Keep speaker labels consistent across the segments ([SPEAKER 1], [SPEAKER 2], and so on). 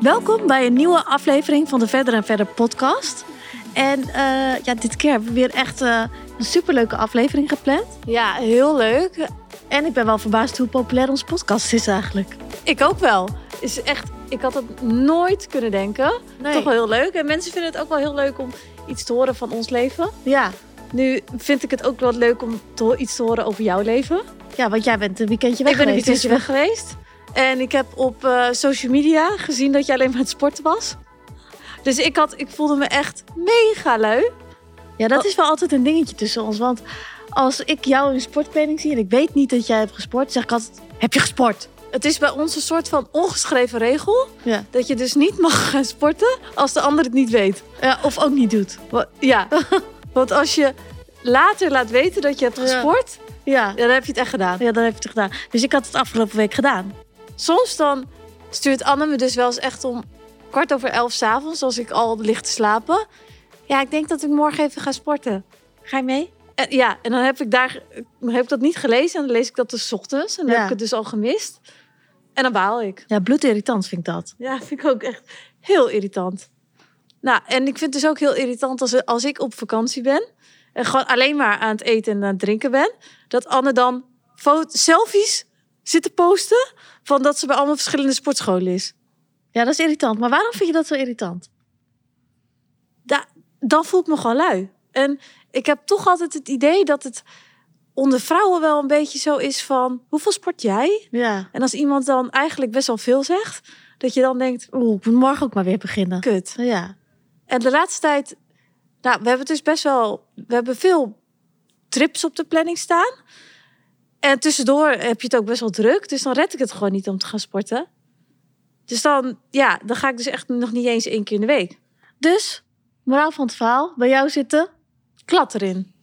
[SPEAKER 1] Welkom bij een nieuwe aflevering van de Verder en Verder podcast. En eh, ja, dit keer hebben we weer echt eh, een superleuke aflevering gepland.
[SPEAKER 2] Ja, heel leuk.
[SPEAKER 1] En ik ben wel verbaasd hoe populair onze podcast is eigenlijk.
[SPEAKER 2] Ik ook wel. Is echt, ik had het nooit kunnen denken. Toch wel heel leuk. En mensen vinden het ook wel heel leuk om iets te horen van ons leven.
[SPEAKER 1] Ja.
[SPEAKER 2] Nu vind ik het ook wel leuk om te ho- iets te horen over jouw leven.
[SPEAKER 1] ja, want jij bent een weekendje weg
[SPEAKER 2] ik ben een
[SPEAKER 1] geweest,
[SPEAKER 2] weekendje
[SPEAKER 1] dus
[SPEAKER 2] weg geweest. En ik heb op eh, social media gezien dat je alleen maar aan het sporten was. Dus ik, had, ik voelde me echt mega lui.
[SPEAKER 1] je- Ja, dat is wel altijd een dingetje tussen ons. Want als ik jou in sportkleding zie en ik weet niet dat jij hebt gesport, zeg ik altijd, heb je gesport?
[SPEAKER 2] Het is bij ons een soort van ongeschreven regel.
[SPEAKER 1] Ja.
[SPEAKER 2] Dat je dus niet mag gaan sporten als de ander het niet weet.
[SPEAKER 1] Ja, of ook niet doet.
[SPEAKER 2] Wa- Ja, want als je later laat weten dat je hebt
[SPEAKER 1] Ja.
[SPEAKER 2] gesport,
[SPEAKER 1] Ja.
[SPEAKER 2] dan heb je het echt gedaan.
[SPEAKER 1] Ja, dan heb je het gedaan. Dus ik had het afgelopen week gedaan.
[SPEAKER 2] Soms dan stuurt Anne me dus wel eens echt om kwart over elf s'avonds, als ik al lig te slapen. Ja, ik denk dat ik morgen even ga sporten.
[SPEAKER 1] Ga je mee?
[SPEAKER 2] En, ja, en dan heb ik, daar, heb ik dat niet gelezen en dan lees ik dat dus ochtends. En dan
[SPEAKER 1] Ja.
[SPEAKER 2] heb ik het dus al gemist. En dan baal ik.
[SPEAKER 1] Ja, bloedirritant vind ik dat.
[SPEAKER 2] Ja, vind ik ook echt heel irritant. Nou, en ik vind het dus ook heel irritant als, als ik op vakantie ben en gewoon alleen maar aan het eten en aan het drinken ben, dat Anne dan fo- selfies zit te posten van dat ze bij allemaal verschillende sportscholen is.
[SPEAKER 1] Ja, dat is irritant. Maar waarom vind je dat zo irritant?
[SPEAKER 2] Dan voel ik me gewoon lui. En ik heb toch altijd het idee dat het onder vrouwen wel een beetje zo is van hoeveel sport jij?
[SPEAKER 1] Ja.
[SPEAKER 2] En als iemand dan eigenlijk best wel veel zegt, dat je dan denkt,
[SPEAKER 1] Oeh, ik moet morgen ook maar weer beginnen.
[SPEAKER 2] kut.
[SPEAKER 1] Ja.
[SPEAKER 2] En de laatste tijd, nou, we hebben dus best wel, we hebben veel trips op de planning staan. En tussendoor heb je het ook best wel druk, dus dan red ik het gewoon niet om te gaan sporten. Dus dan, ja, dan ga ik dus echt nog niet eens één keer in de week.
[SPEAKER 1] Dus, moraal van het verhaal, bij jou zitten.
[SPEAKER 2] Klad erin.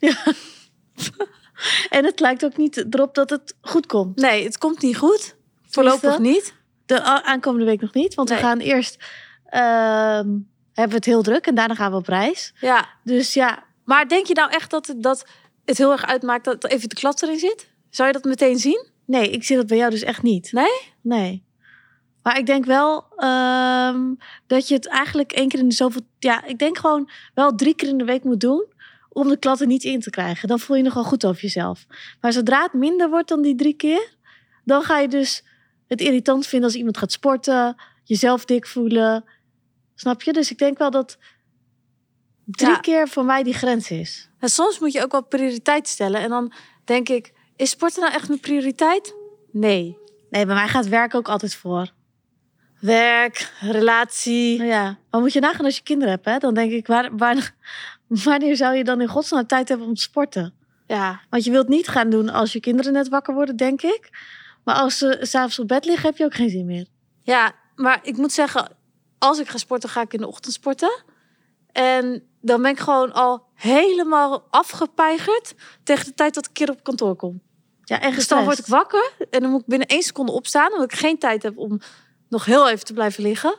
[SPEAKER 1] En het lijkt ook niet erop dat het goed komt.
[SPEAKER 2] Nee, het komt niet goed. Voorlopig
[SPEAKER 1] Tenminste,
[SPEAKER 2] niet.
[SPEAKER 1] De a- aankomende week nog niet, want
[SPEAKER 2] Nee.
[SPEAKER 1] we gaan eerst... ehm, hebben we het heel druk en daarna gaan we op reis.
[SPEAKER 2] Ja,
[SPEAKER 1] Dus ja,
[SPEAKER 2] maar denk je nou echt dat het, dat het heel erg uitmaakt dat er even de klad erin zit? Zou je dat meteen zien?
[SPEAKER 1] nee, ik zie dat bij jou dus echt niet.
[SPEAKER 2] Nee?
[SPEAKER 1] Nee. Maar ik denk wel ehm, dat je het eigenlijk één keer in de zoveel... Ja, ik denk gewoon wel drie keer in de week moet doen... om de klatten niet in te krijgen. Dan voel je je nogal goed over jezelf. Maar zodra het minder wordt dan die drie keer... dan ga je dus het irritant vinden als iemand gaat sporten... jezelf dik voelen. Snap je? Dus ik denk wel dat drie
[SPEAKER 2] Ja.
[SPEAKER 1] keer voor mij die grens is.
[SPEAKER 2] En soms moet je ook wel prioriteit stellen. En dan denk ik, is sporten nou echt mijn prioriteit? Nee.
[SPEAKER 1] Nee, bij mij gaat werk ook altijd voor.
[SPEAKER 2] Werk, relatie.
[SPEAKER 1] Nou ja, maar moet je nagaan als je kinderen hebt, hè? Dan denk ik, waar, waar, wanneer zou je dan in godsnaam tijd hebben om te sporten?
[SPEAKER 2] Ja.
[SPEAKER 1] Want je wilt niet gaan doen als je kinderen net wakker worden, denk ik. Maar als ze s'avonds op bed liggen, heb je ook geen zin meer.
[SPEAKER 2] ja, maar ik moet zeggen, als ik ga sporten, ga ik in de ochtend sporten. En dan ben ik gewoon al helemaal afgepeigerd tegen de tijd dat ik een keer op kantoor kom.
[SPEAKER 1] Ja, en
[SPEAKER 2] Dus dan
[SPEAKER 1] gestrest.
[SPEAKER 2] word ik wakker en dan moet ik binnen één seconde opstaan, omdat ik geen tijd heb om nog heel even te blijven liggen.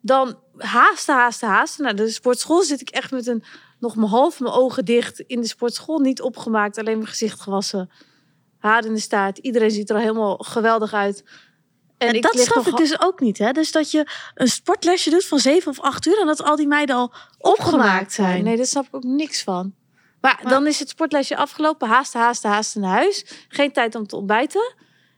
[SPEAKER 2] Dan haasten, haasten, haasten. Naar de sportschool zit ik echt met een, nog mijn half mijn ogen dicht in de sportschool. Niet opgemaakt, alleen mijn gezicht gewassen. Haar in de staart. Iedereen ziet er al helemaal geweldig uit.
[SPEAKER 1] En,
[SPEAKER 2] ik
[SPEAKER 1] dat
[SPEAKER 2] lig
[SPEAKER 1] snap
[SPEAKER 2] nog
[SPEAKER 1] ik dus ook niet, hè? Dus dat je een sportlesje doet van zeven of acht uur... en dat al die meiden al opgemaakt zijn.
[SPEAKER 2] Nee, daar snap ik ook niks van. Maar,
[SPEAKER 1] Maar-
[SPEAKER 2] dan is het sportlesje afgelopen. Haasten, haasten, haasten naar huis. Geen tijd om te ontbijten.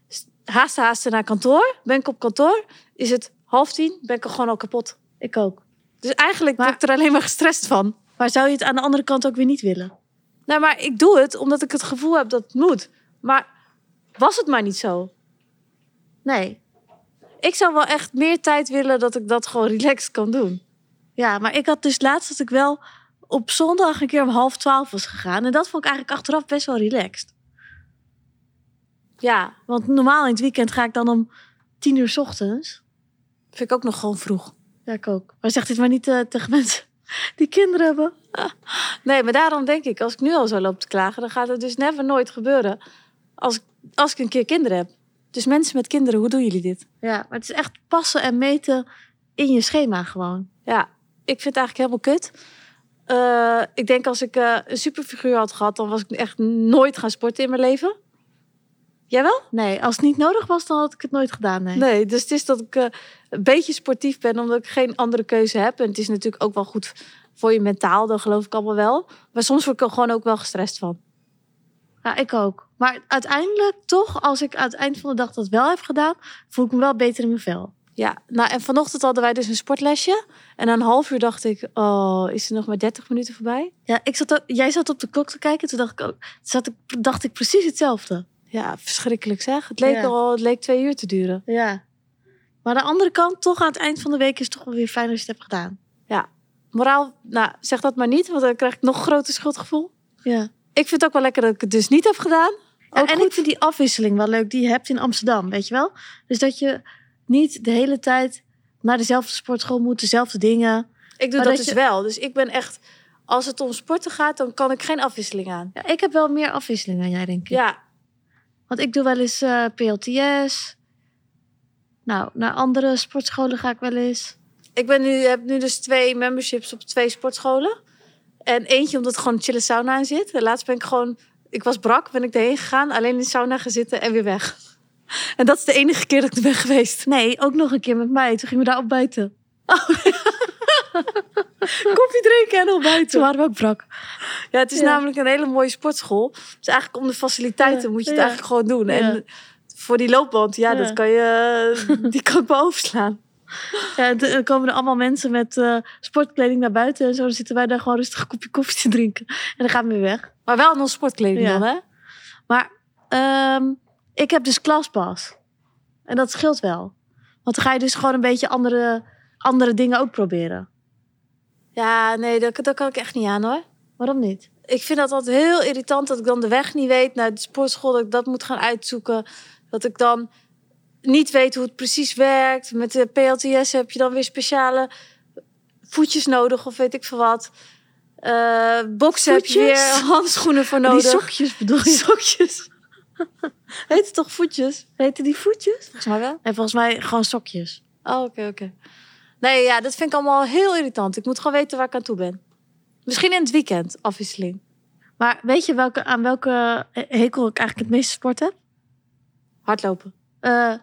[SPEAKER 2] S- Haasten, haasten naar kantoor. Ben ik op kantoor, is het half tien, ben ik er gewoon al kapot.
[SPEAKER 1] Ik ook.
[SPEAKER 2] Dus eigenlijk
[SPEAKER 1] Maar-
[SPEAKER 2] word ik er alleen maar gestrest van.
[SPEAKER 1] Maar zou je het aan de andere kant ook weer niet willen?
[SPEAKER 2] Nou, maar ik doe het omdat ik het gevoel heb dat het moet. Maar was het maar niet zo.
[SPEAKER 1] Nee.
[SPEAKER 2] Ik zou wel echt meer tijd willen dat ik dat gewoon relaxed kan doen.
[SPEAKER 1] Ja, maar ik had dus laatst dat ik wel op zondag een keer om half twaalf was gegaan. En dat vond ik eigenlijk achteraf best wel relaxed.
[SPEAKER 2] Ja,
[SPEAKER 1] Want normaal in het weekend ga ik dan om tien uur 's ochtends.
[SPEAKER 2] vind ik ook nog gewoon vroeg.
[SPEAKER 1] Ja, ik ook. Maar zeg dit maar niet eh, tegen mensen die kinderen hebben.
[SPEAKER 2] Nee, maar daarom denk ik, als ik nu al zo loop te klagen, dan gaat het dus never nooit gebeuren. Als, ik- als ik een keer kinderen heb. Dus mensen met kinderen, hoe doen jullie dit?
[SPEAKER 1] Ja, maar het is echt passen en meten in je schema gewoon.
[SPEAKER 2] Ja, ik vind het eigenlijk helemaal kut. Eh, ik denk als ik eh, een superfiguur had gehad, dan was ik echt nooit gaan sporten in mijn leven. Jij wel?
[SPEAKER 1] Nee, als het niet nodig was, dan had ik het nooit gedaan. Nee.
[SPEAKER 2] Nee, dus het is dat ik eh, een beetje sportief ben, omdat ik geen andere keuze heb. En het is natuurlijk ook wel goed voor je mentaal, dat geloof ik allemaal wel. Maar soms word ik er gewoon ook wel gestrest van.
[SPEAKER 1] Ja, ik ook. Maar uiteindelijk toch, als ik aan het eind van de dag dat wel heb gedaan, voel ik me wel beter in mijn vel.
[SPEAKER 2] Ja, nou en vanochtend hadden wij dus een sportlesje. En na een half uur dacht ik, oh, is er nog maar 30 minuten voorbij?
[SPEAKER 1] Ja, ik zat ook, jij zat op de klok te kijken, toen dacht ik, ook, zat ik, dacht ik precies hetzelfde.
[SPEAKER 2] Ja, verschrikkelijk zeg. Het leek,
[SPEAKER 1] Ja.
[SPEAKER 2] al, het leek twee uur te duren.
[SPEAKER 1] Ja. Maar aan de andere kant, toch aan het eind van de week is het toch wel weer fijn als je het hebt gedaan.
[SPEAKER 2] Moraal, nou zeg dat maar niet, want dan krijg ik nog groter schuldgevoel.
[SPEAKER 1] Ja.
[SPEAKER 2] Ik vind het ook wel lekker dat ik het dus niet heb gedaan.
[SPEAKER 1] Ja,
[SPEAKER 2] Ook
[SPEAKER 1] en
[SPEAKER 2] goed.
[SPEAKER 1] ik vind die afwisseling wel leuk die je hebt in Amsterdam, weet je wel? Dus dat je niet de hele tijd naar dezelfde sportschool moet, dezelfde dingen.
[SPEAKER 2] Ik doe
[SPEAKER 1] Maar dat
[SPEAKER 2] dat, dus
[SPEAKER 1] je-
[SPEAKER 2] wel. Dus ik ben echt, als het om sporten gaat, dan kan ik geen afwisseling aan.
[SPEAKER 1] Ja, ik heb wel meer afwisseling dan jij, denk ik.
[SPEAKER 2] Ja,
[SPEAKER 1] Want ik doe wel eens eh, PLTS. Nou, naar andere sportscholen ga ik wel eens.
[SPEAKER 2] ik ben nu, heb nu dus twee memberships op twee sportscholen. En eentje omdat er gewoon een chille sauna aan zit. En laatst ben ik gewoon, ik was brak, ben ik erheen gegaan, alleen in de sauna gaan zitten en weer weg. En dat is de enige keer dat ik er ben geweest.
[SPEAKER 1] Nee, ook nog een keer met mij. Toen gingen we daar ontbijten. Oh.
[SPEAKER 2] Koffie drinken en
[SPEAKER 1] Toen
[SPEAKER 2] ontbijten.
[SPEAKER 1] waren we ook brak.
[SPEAKER 2] Ja, het is
[SPEAKER 1] Ja.
[SPEAKER 2] namelijk een hele mooie sportschool. Dus eigenlijk om de faciliteiten
[SPEAKER 1] Ja,
[SPEAKER 2] moet je het
[SPEAKER 1] ja.
[SPEAKER 2] eigenlijk gewoon doen.
[SPEAKER 1] Ja.
[SPEAKER 2] En voor die loopband, ja,
[SPEAKER 1] Ja.
[SPEAKER 2] dat kan je, die kan ik me overslaan.
[SPEAKER 1] Ja, en toen eh, komen er allemaal mensen met eh, sportkleding naar buiten en zo. Dan zitten wij daar gewoon rustig een kopje koffie te drinken. En dan gaan we weer weg.
[SPEAKER 2] Maar wel in onze sportkleding
[SPEAKER 1] Ja.
[SPEAKER 2] dan, hè?
[SPEAKER 1] Ehm, ik heb dus klaspas. En dat scheelt wel. Want dan ga je dus gewoon een beetje andere, andere dingen ook proberen.
[SPEAKER 2] Ja, nee, dat, dat kan ik echt niet aan, hoor.
[SPEAKER 1] Waarom niet?
[SPEAKER 2] Ik vind dat altijd heel irritant dat ik dan de weg niet weet naar de sportschool. Dat ik dat moet gaan uitzoeken. Dat ik dan niet weet hoe het precies werkt. Met de PLTS heb je dan weer speciale voetjes nodig of weet ik veel wat. Eh boksen heb je
[SPEAKER 1] Voetjes?
[SPEAKER 2] weer handschoenen voor nodig.
[SPEAKER 1] Die sokjes bedoel je?
[SPEAKER 2] sokjes. Heet het toch voetjes?
[SPEAKER 1] Weten die voetjes?
[SPEAKER 2] Volgens mij wel.
[SPEAKER 1] En volgens mij gewoon sokjes.
[SPEAKER 2] Oh, oké, oké. Nee, ja, dat vind ik allemaal heel irritant. Ik moet gewoon weten waar ik aan toe ben. Misschien in het weekend, afwisseling.
[SPEAKER 1] Maar weet je welke, aan welke hekel ik eigenlijk het meeste sport heb?
[SPEAKER 2] Hardlopen.
[SPEAKER 1] Eh,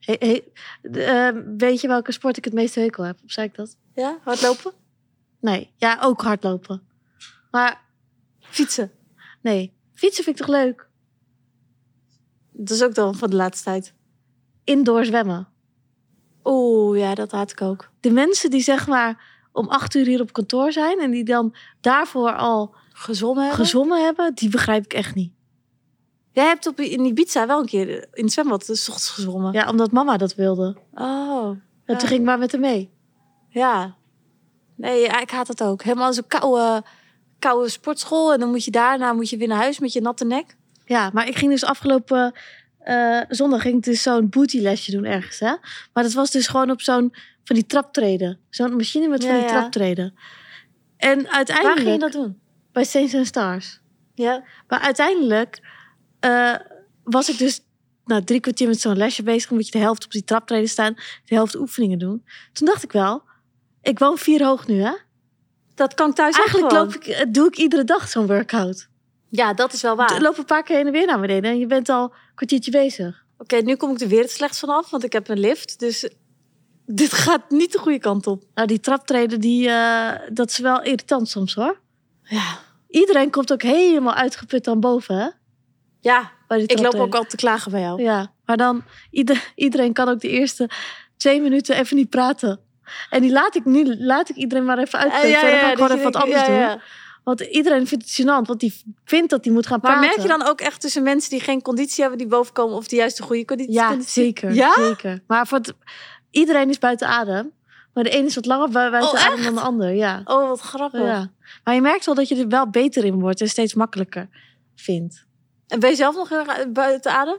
[SPEAKER 1] he- he- de, eh, weet je welke sport ik het meeste hekel heb? Of zei ik dat?
[SPEAKER 2] Ja, hardlopen.
[SPEAKER 1] Nee. Ja, ook hardlopen. Maar
[SPEAKER 2] Fietsen.
[SPEAKER 1] nee. Fietsen vind ik toch leuk?
[SPEAKER 2] Dat is ook dan van de laatste tijd.
[SPEAKER 1] Indoor zwemmen.
[SPEAKER 2] Oeh, ja, dat haat ik ook.
[SPEAKER 1] De mensen die zeg maar om acht uur hier op kantoor zijn... en die dan daarvoor al
[SPEAKER 2] Gezongen hebben.
[SPEAKER 1] gezwommen hebben... die begrijp ik echt niet.
[SPEAKER 2] Jij hebt op, in Ibiza wel een keer in het zwembad dus 's ochtends gezwommen.
[SPEAKER 1] Ja, omdat mama dat wilde.
[SPEAKER 2] Oh,
[SPEAKER 1] En
[SPEAKER 2] Ja.
[SPEAKER 1] toen ging ik maar met haar mee.
[SPEAKER 2] ja. Nee, ja, ik haat dat ook. Helemaal zo'n koude, koude sportschool. En dan moet je daarna moet je weer naar huis met je natte nek.
[SPEAKER 1] Ja, maar ik ging dus afgelopen eh, zondag ging ik dus zo'n bootylesje doen ergens, hè? Maar dat was dus gewoon op zo'n van die traptreden, zo'n machine met van
[SPEAKER 2] Ja,
[SPEAKER 1] die
[SPEAKER 2] ja.
[SPEAKER 1] traptreden. En uiteindelijk
[SPEAKER 2] Waar ging je dat doen?
[SPEAKER 1] bij Saints and Stars.
[SPEAKER 2] Ja.
[SPEAKER 1] Maar uiteindelijk eh, was ik dus nou, drie kwartier met zo'n lesje bezig, moet je de helft op die traptreden staan, de helft oefeningen doen. Toen dacht ik wel, ik woon vier hoog nu, hè?
[SPEAKER 2] Dat kan ik thuis ook
[SPEAKER 1] Eigenlijk
[SPEAKER 2] gewoon.
[SPEAKER 1] loop ik, eh, doe ik iedere dag zo'n workout.
[SPEAKER 2] Ja, dat is wel waar.
[SPEAKER 1] Ik
[SPEAKER 2] Oké,
[SPEAKER 1] Loop een paar keer heen en weer naar beneden en je bent al een kwartiertje bezig.
[SPEAKER 2] nu kom ik er weer het slechts vanaf, want ik heb een lift. Dus dit gaat niet de goede kant op.
[SPEAKER 1] Nou, die traptreden, die, eh, dat is wel irritant soms hoor.
[SPEAKER 2] Ja.
[SPEAKER 1] Iedereen komt ook helemaal uitgeput dan boven, hè?
[SPEAKER 2] Ja,
[SPEAKER 1] Bij die
[SPEAKER 2] ik loop ook
[SPEAKER 1] traptreden.
[SPEAKER 2] al te klagen bij jou.
[SPEAKER 1] Ja, maar dan, ieder- iedereen kan ook de eerste twee minuten even niet praten. En die laat ik nu, laat ik iedereen maar even uitputten. en dan ga ik
[SPEAKER 2] dat
[SPEAKER 1] gewoon even
[SPEAKER 2] je
[SPEAKER 1] wat
[SPEAKER 2] denkt,
[SPEAKER 1] anders
[SPEAKER 2] Ah, ja,
[SPEAKER 1] doen.
[SPEAKER 2] ja.
[SPEAKER 1] Want iedereen vindt het gênant, want die vindt dat die moet gaan
[SPEAKER 2] Maar
[SPEAKER 1] praten.
[SPEAKER 2] merk je dan ook echt tussen mensen die geen conditie hebben, die bovenkomen, of die juist de goede conditie
[SPEAKER 1] Ja,
[SPEAKER 2] conditie-
[SPEAKER 1] zeker.
[SPEAKER 2] Ja?
[SPEAKER 1] zeker. Maar voor het, iedereen is buiten adem. Maar de een is wat langer bu- buiten
[SPEAKER 2] Oh,
[SPEAKER 1] adem dan de ander, ja.
[SPEAKER 2] Oh, wat grappig.
[SPEAKER 1] ja. Maar je merkt wel dat je er wel beter in wordt en steeds makkelijker vindt.
[SPEAKER 2] En ben je zelf nog heel ra- buiten adem?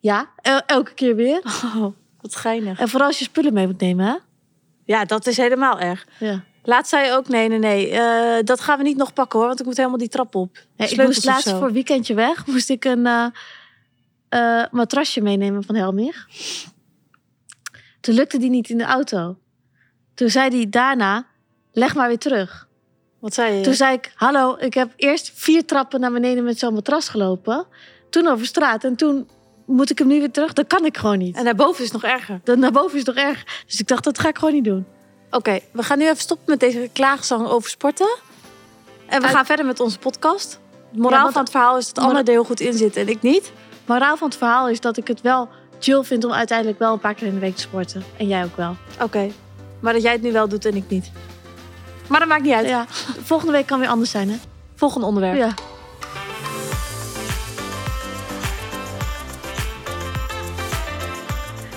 [SPEAKER 1] Ja, el- elke keer weer.
[SPEAKER 2] Oh, wat geinig.
[SPEAKER 1] En vooral als je spullen mee moet nemen, hè?
[SPEAKER 2] Ja, dat is helemaal erg.
[SPEAKER 1] Ja.
[SPEAKER 2] Laatst zei je ook, nee, nee, nee, eh, dat gaan we niet nog pakken hoor, want ik moet helemaal die trap op.
[SPEAKER 1] ik
[SPEAKER 2] Sleutels
[SPEAKER 1] moest
[SPEAKER 2] of
[SPEAKER 1] laatst
[SPEAKER 2] zo.
[SPEAKER 1] voor een weekendje weg, moest ik een eh, eh, matrasje meenemen van Helmich. Toen lukte die niet in de auto. Toen zei die daarna, leg maar weer terug.
[SPEAKER 2] Wat zei je?
[SPEAKER 1] Toen zei ik, hallo, ik heb eerst vier trappen naar beneden met zo'n matras gelopen. Toen over straat en toen moet ik hem nu weer terug? Dat kan ik gewoon niet.
[SPEAKER 2] En daarboven is het nog erger.
[SPEAKER 1] Dan naar boven is toch erg. Dus ik dacht, dat ga ik gewoon niet doen.
[SPEAKER 2] Oké, we gaan nu even stoppen met deze klaagzang over sporten. En we
[SPEAKER 1] Uit-
[SPEAKER 2] gaan verder met onze podcast. Het moraal
[SPEAKER 1] Ja, want-
[SPEAKER 2] van het verhaal is dat Anne
[SPEAKER 1] Mora-
[SPEAKER 2] er heel goed in zit en ik niet.
[SPEAKER 1] Maar raal van het verhaal is dat ik het wel chill vind om uiteindelijk wel een paar keer in de week te sporten. En jij ook wel.
[SPEAKER 2] Oké, maar dat jij het nu wel doet en ik niet. Maar dat maakt niet uit.
[SPEAKER 1] Ja, volgende week kan weer anders zijn, hè?
[SPEAKER 2] Volgende onderwerp.
[SPEAKER 1] Ja.